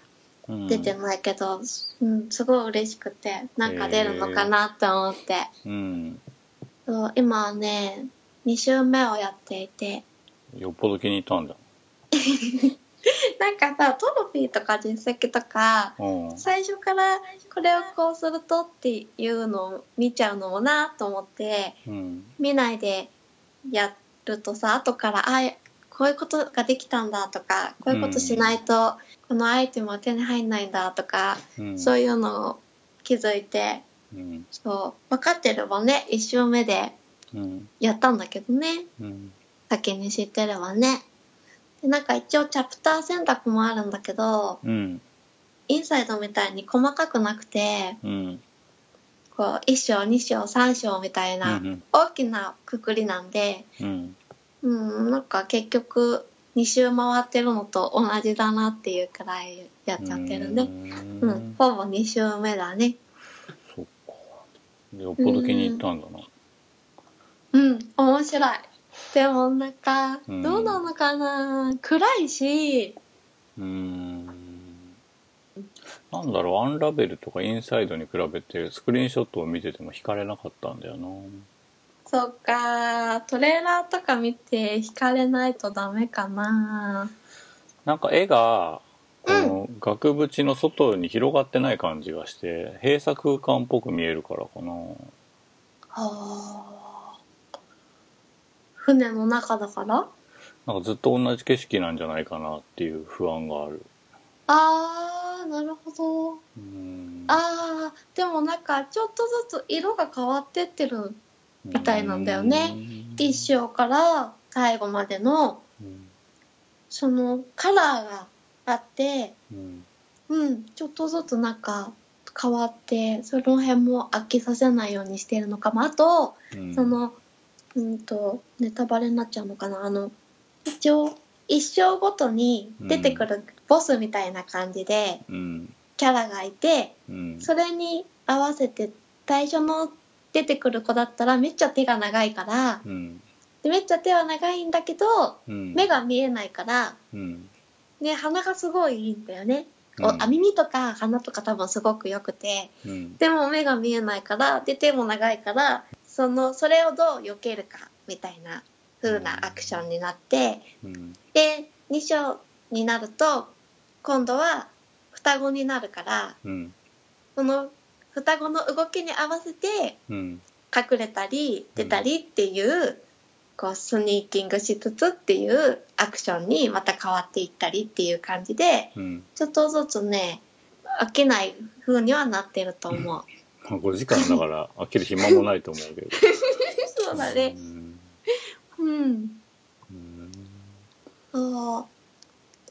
Speaker 2: うん
Speaker 1: 出てないけど、うん、すごい嬉しくて、なんか出るのかなって思って。
Speaker 2: うん
Speaker 1: そう今はね、2週目をやっていて、 <laughs>
Speaker 2: よっぽど気に入ったんだ
Speaker 1: なんかさ、トロフィーとか実績とか、
Speaker 2: うん
Speaker 1: 最初からこれをこうするとっていうのを見ちゃうのもなと思って、
Speaker 2: うん
Speaker 1: 見ないでやるとさ、後から、あ、ここういうことができたんだとかこういうことしないとこのアイテムは手に入んないんだとか、
Speaker 2: うん
Speaker 1: そういうのを気づいて
Speaker 2: うん
Speaker 1: そう分かってればね一周目で
Speaker 2: うん
Speaker 1: やったんだけどね
Speaker 2: うん
Speaker 1: 先に知ってればね。でなんか一応チャプター選択もあるんだけど
Speaker 2: うん
Speaker 1: インサイドみたいに細かくなくて
Speaker 2: うん
Speaker 1: こう1章2章3章みたいな
Speaker 2: うんうん
Speaker 1: 大きなくくりなんで、
Speaker 2: うん
Speaker 1: うん、なんか結局2周回ってるのと同じだなっていうくらいやっちゃってるね。う、
Speaker 2: うんん
Speaker 1: ほぼ2周目だね。
Speaker 2: そっかよっぽど気に入ったんだな
Speaker 1: うん、面白い。でもなんか、
Speaker 2: うん
Speaker 1: どうなのかな暗いし、
Speaker 2: うーんなんだろうアンラベルとかインサイドに比べてスクリーンショットを見てても惹かれなかったんだよな
Speaker 1: そっか、トレーラーとか見て惹かれないとダメかな
Speaker 2: なんか絵がこ
Speaker 1: うん
Speaker 2: の額縁の外に広がってない感じがして閉鎖空間っぽく見えるからかな
Speaker 1: はあ。船の中だから
Speaker 2: なんかずっと同じ景色なんじゃないかなっていう不安がある
Speaker 1: あー、なるほど。
Speaker 2: うーん
Speaker 1: あー、でもなんかちょっとずつ色が変わってってる。みたいなんだよね一章から最後までの、
Speaker 2: うん
Speaker 1: そのカラーがあって、
Speaker 2: うん
Speaker 1: うん、ちょっとずつなんか変わって、その辺も飽きさせないようにしてるのかも。あと、
Speaker 2: うん
Speaker 1: その、うんと、ネタバレになっちゃうのかな。あの、一応、一章ごとに出てくるボスみたいな感じで
Speaker 2: うん
Speaker 1: キャラがいて、
Speaker 2: うん
Speaker 1: それに合わせて最初の出てくる子だったらめっちゃ手が長いから、
Speaker 2: うん
Speaker 1: でめっちゃ手は長いんだけど、
Speaker 2: うん
Speaker 1: 目が見えないから、
Speaker 2: うん
Speaker 1: ね、鼻がすごいいいんだよね。お
Speaker 2: うん
Speaker 1: あ耳とか鼻とか多分すごく良くて、
Speaker 2: うん
Speaker 1: でも目が見えないから、で手も長いから、その、それをどう避けるか、みたいな風なアクションになって、
Speaker 2: うん
Speaker 1: で、2章になると、今度は双子になるから、
Speaker 2: うん
Speaker 1: その双子の動きに合わせて
Speaker 2: うん
Speaker 1: 隠れたり出たりっていう、こうスニーキングしつつっていうアクションにまた変わっていったりっていう感じで
Speaker 2: うん
Speaker 1: ちょっとずつね飽きない風にはなってると思う。
Speaker 2: まあ5時間
Speaker 1: <laughs>
Speaker 2: だから飽きる暇もないと思うけど
Speaker 1: そうだね
Speaker 2: う。ん
Speaker 1: うん。
Speaker 2: うん
Speaker 1: そう。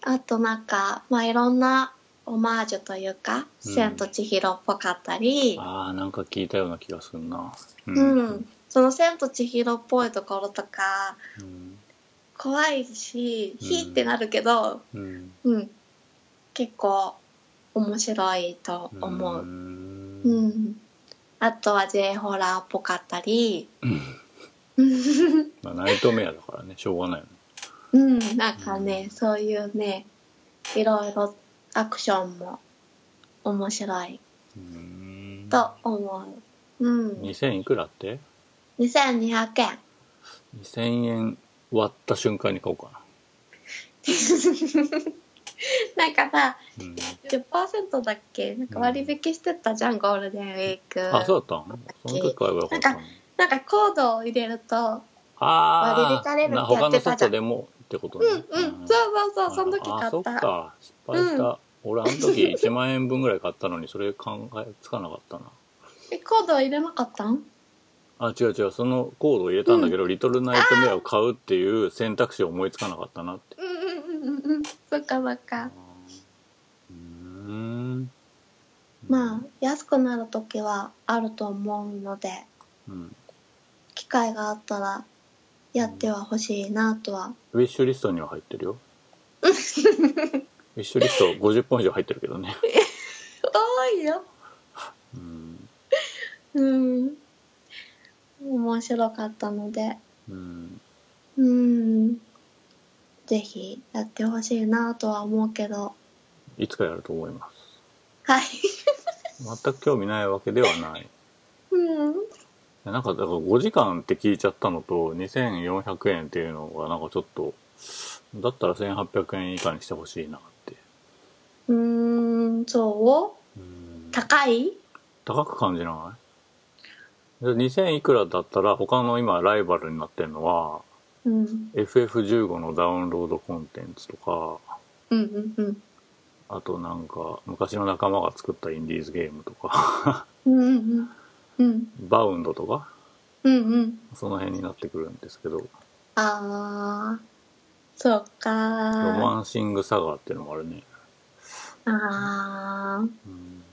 Speaker 1: あとなんか、まあ、いろんなオマージュというか、
Speaker 2: うん
Speaker 1: 千と千尋っぽかったり、
Speaker 2: ああなんか聞いたような気がするなう
Speaker 1: うん。その千と千尋っぽいところとか、
Speaker 2: うん
Speaker 1: 怖いし、
Speaker 2: うん
Speaker 1: ひーってなるけど、
Speaker 2: うん
Speaker 1: うん。結構面白いと思
Speaker 2: う
Speaker 1: う。
Speaker 2: ん
Speaker 1: うん。あとは J ホラーっぽかったり、
Speaker 2: まあ、ナイトメアだからねしょうがないよね
Speaker 1: うん、なんかね、
Speaker 2: うん
Speaker 1: そういうね、いろいろアクションも面白い
Speaker 2: うん
Speaker 1: と思う。うん。
Speaker 2: 2000いくらって
Speaker 1: 2200円。
Speaker 2: 2000円割った瞬間に買おうか
Speaker 1: なんかさ、
Speaker 2: な、うん
Speaker 1: 10%だっけなんか割引してたじゃん、ゴールデンウィーク。
Speaker 2: あそうだったのその時買えばよかったの
Speaker 1: なんかコードを入れると、割り
Speaker 2: あ
Speaker 1: 引
Speaker 2: あ
Speaker 1: かれるって
Speaker 2: な
Speaker 1: やってたじゃん
Speaker 2: 他の外でもってことね
Speaker 1: うんうん、そうそうそう、その時買
Speaker 2: あそっ
Speaker 1: った。
Speaker 2: か失敗した、俺あの時1万
Speaker 1: <laughs>
Speaker 2: 円分ぐらい買ったのにそれ考えつかなかったな
Speaker 1: え、コードは入れなかったん
Speaker 2: あ違う違うそのコードを入れたんだけど、リトルナイトメアを買うっていう選択肢を思いつかなかったなって
Speaker 1: うんうんうんうんうん。そっかそっか。
Speaker 2: うーん
Speaker 1: まあ、安くなる時はあると思うので、
Speaker 2: うん
Speaker 1: 機会があったらやってはほしいなとは。
Speaker 2: ウィッシュリストには入って
Speaker 1: <laughs>
Speaker 2: るよウィッシュリスト50本以上入ってるけどね
Speaker 1: 多いよ。
Speaker 2: うん
Speaker 1: うん。面白かったので、
Speaker 2: うん
Speaker 1: うん。ぜひやってほしいなとは思うけど。
Speaker 2: いつかやると思いま
Speaker 1: はい。
Speaker 2: す全く興味ないわけではない
Speaker 1: うん。
Speaker 2: なんかだから5時間って聞いちゃったのと2400円っていうのがなんかちょっとだったら1800円以下にしてほしいなって
Speaker 1: うーん、そう
Speaker 2: うん
Speaker 1: 高い
Speaker 2: 高く感じないで2000いくらだったら他の今ライバルになってるのは
Speaker 1: うん。
Speaker 2: FF15 のダウンロードコンテンツとか、
Speaker 1: うんうんうん。
Speaker 2: あとなんか、昔の仲間が作ったインディーズゲームとか、 <laughs>
Speaker 1: うんうんうん。うん
Speaker 2: バウンドとか、
Speaker 1: うんうん。
Speaker 2: その辺になってくるんですけど、
Speaker 1: あー。そう
Speaker 2: ロ
Speaker 1: かー。
Speaker 2: マンシングサガーっていうのもあるね。
Speaker 1: あー。
Speaker 2: うん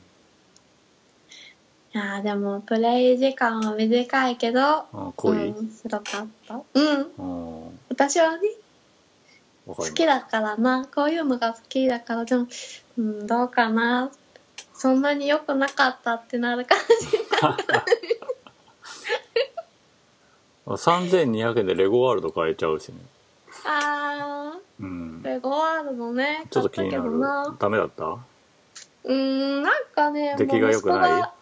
Speaker 1: いやーでも、プレイ時間は短いけど、
Speaker 2: あ濃い、
Speaker 1: 面白かった。うん。
Speaker 2: うん、わ
Speaker 1: 私はね、
Speaker 2: か
Speaker 1: 好
Speaker 2: り
Speaker 1: きだからな。こういうのが好きだから、でも、うん、どうかな。そんなに良くなかったってなるか。
Speaker 2: ます。3200円でレゴワールド買えちゃうしね。
Speaker 1: <laughs> あ
Speaker 2: う
Speaker 1: ー、
Speaker 2: ん。
Speaker 1: レゴワールドね。
Speaker 2: ちょっと気にな
Speaker 1: 買ったけど
Speaker 2: る。ダメだった
Speaker 1: うーん、なんかね、
Speaker 2: 出来が良くない
Speaker 1: もう息子が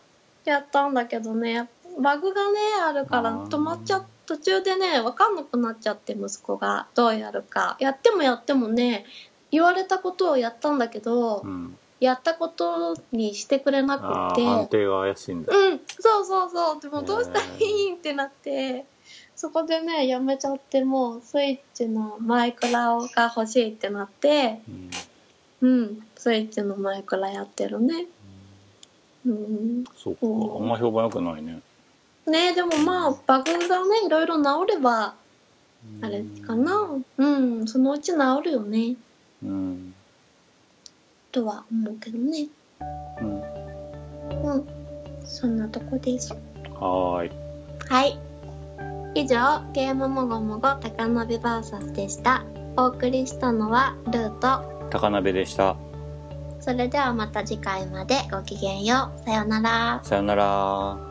Speaker 1: やったんだけどね、バグがね、あるから
Speaker 2: あー
Speaker 1: 止まっちゃ途中でね、わかんなくなっちゃって、息子が。どうやるか。やってもやってもね、言われたことをやったんだけど、
Speaker 2: うん。
Speaker 1: やったことにしてくれな
Speaker 2: あ
Speaker 1: く
Speaker 2: あ、
Speaker 1: て。
Speaker 2: 判定が怪しいん
Speaker 1: う
Speaker 2: だ。
Speaker 1: ん、そうそうそう。でもどうしたらいいってなって、そこでね、やめちゃって、もうスイッチのマイクラが欲しいってなって、
Speaker 2: うん。
Speaker 1: うん、スイッチのマイクラやってるね。うん。
Speaker 2: そっか。あんま評判良くないね。
Speaker 1: ねでもまあ、バグがね、いろいろ治れば、あれかな。うん、そのうち治るよね、
Speaker 2: うん。
Speaker 1: とは思うけどね。
Speaker 2: うん。
Speaker 1: うん。そんなとこです。
Speaker 2: はーい。
Speaker 3: はい。以上、ゲームもごもご高鍋 VS でした。お送りしたのはルート。
Speaker 2: 高鍋でした。
Speaker 3: それではまた次回までごきげんよう。さようなら。
Speaker 2: さよなら。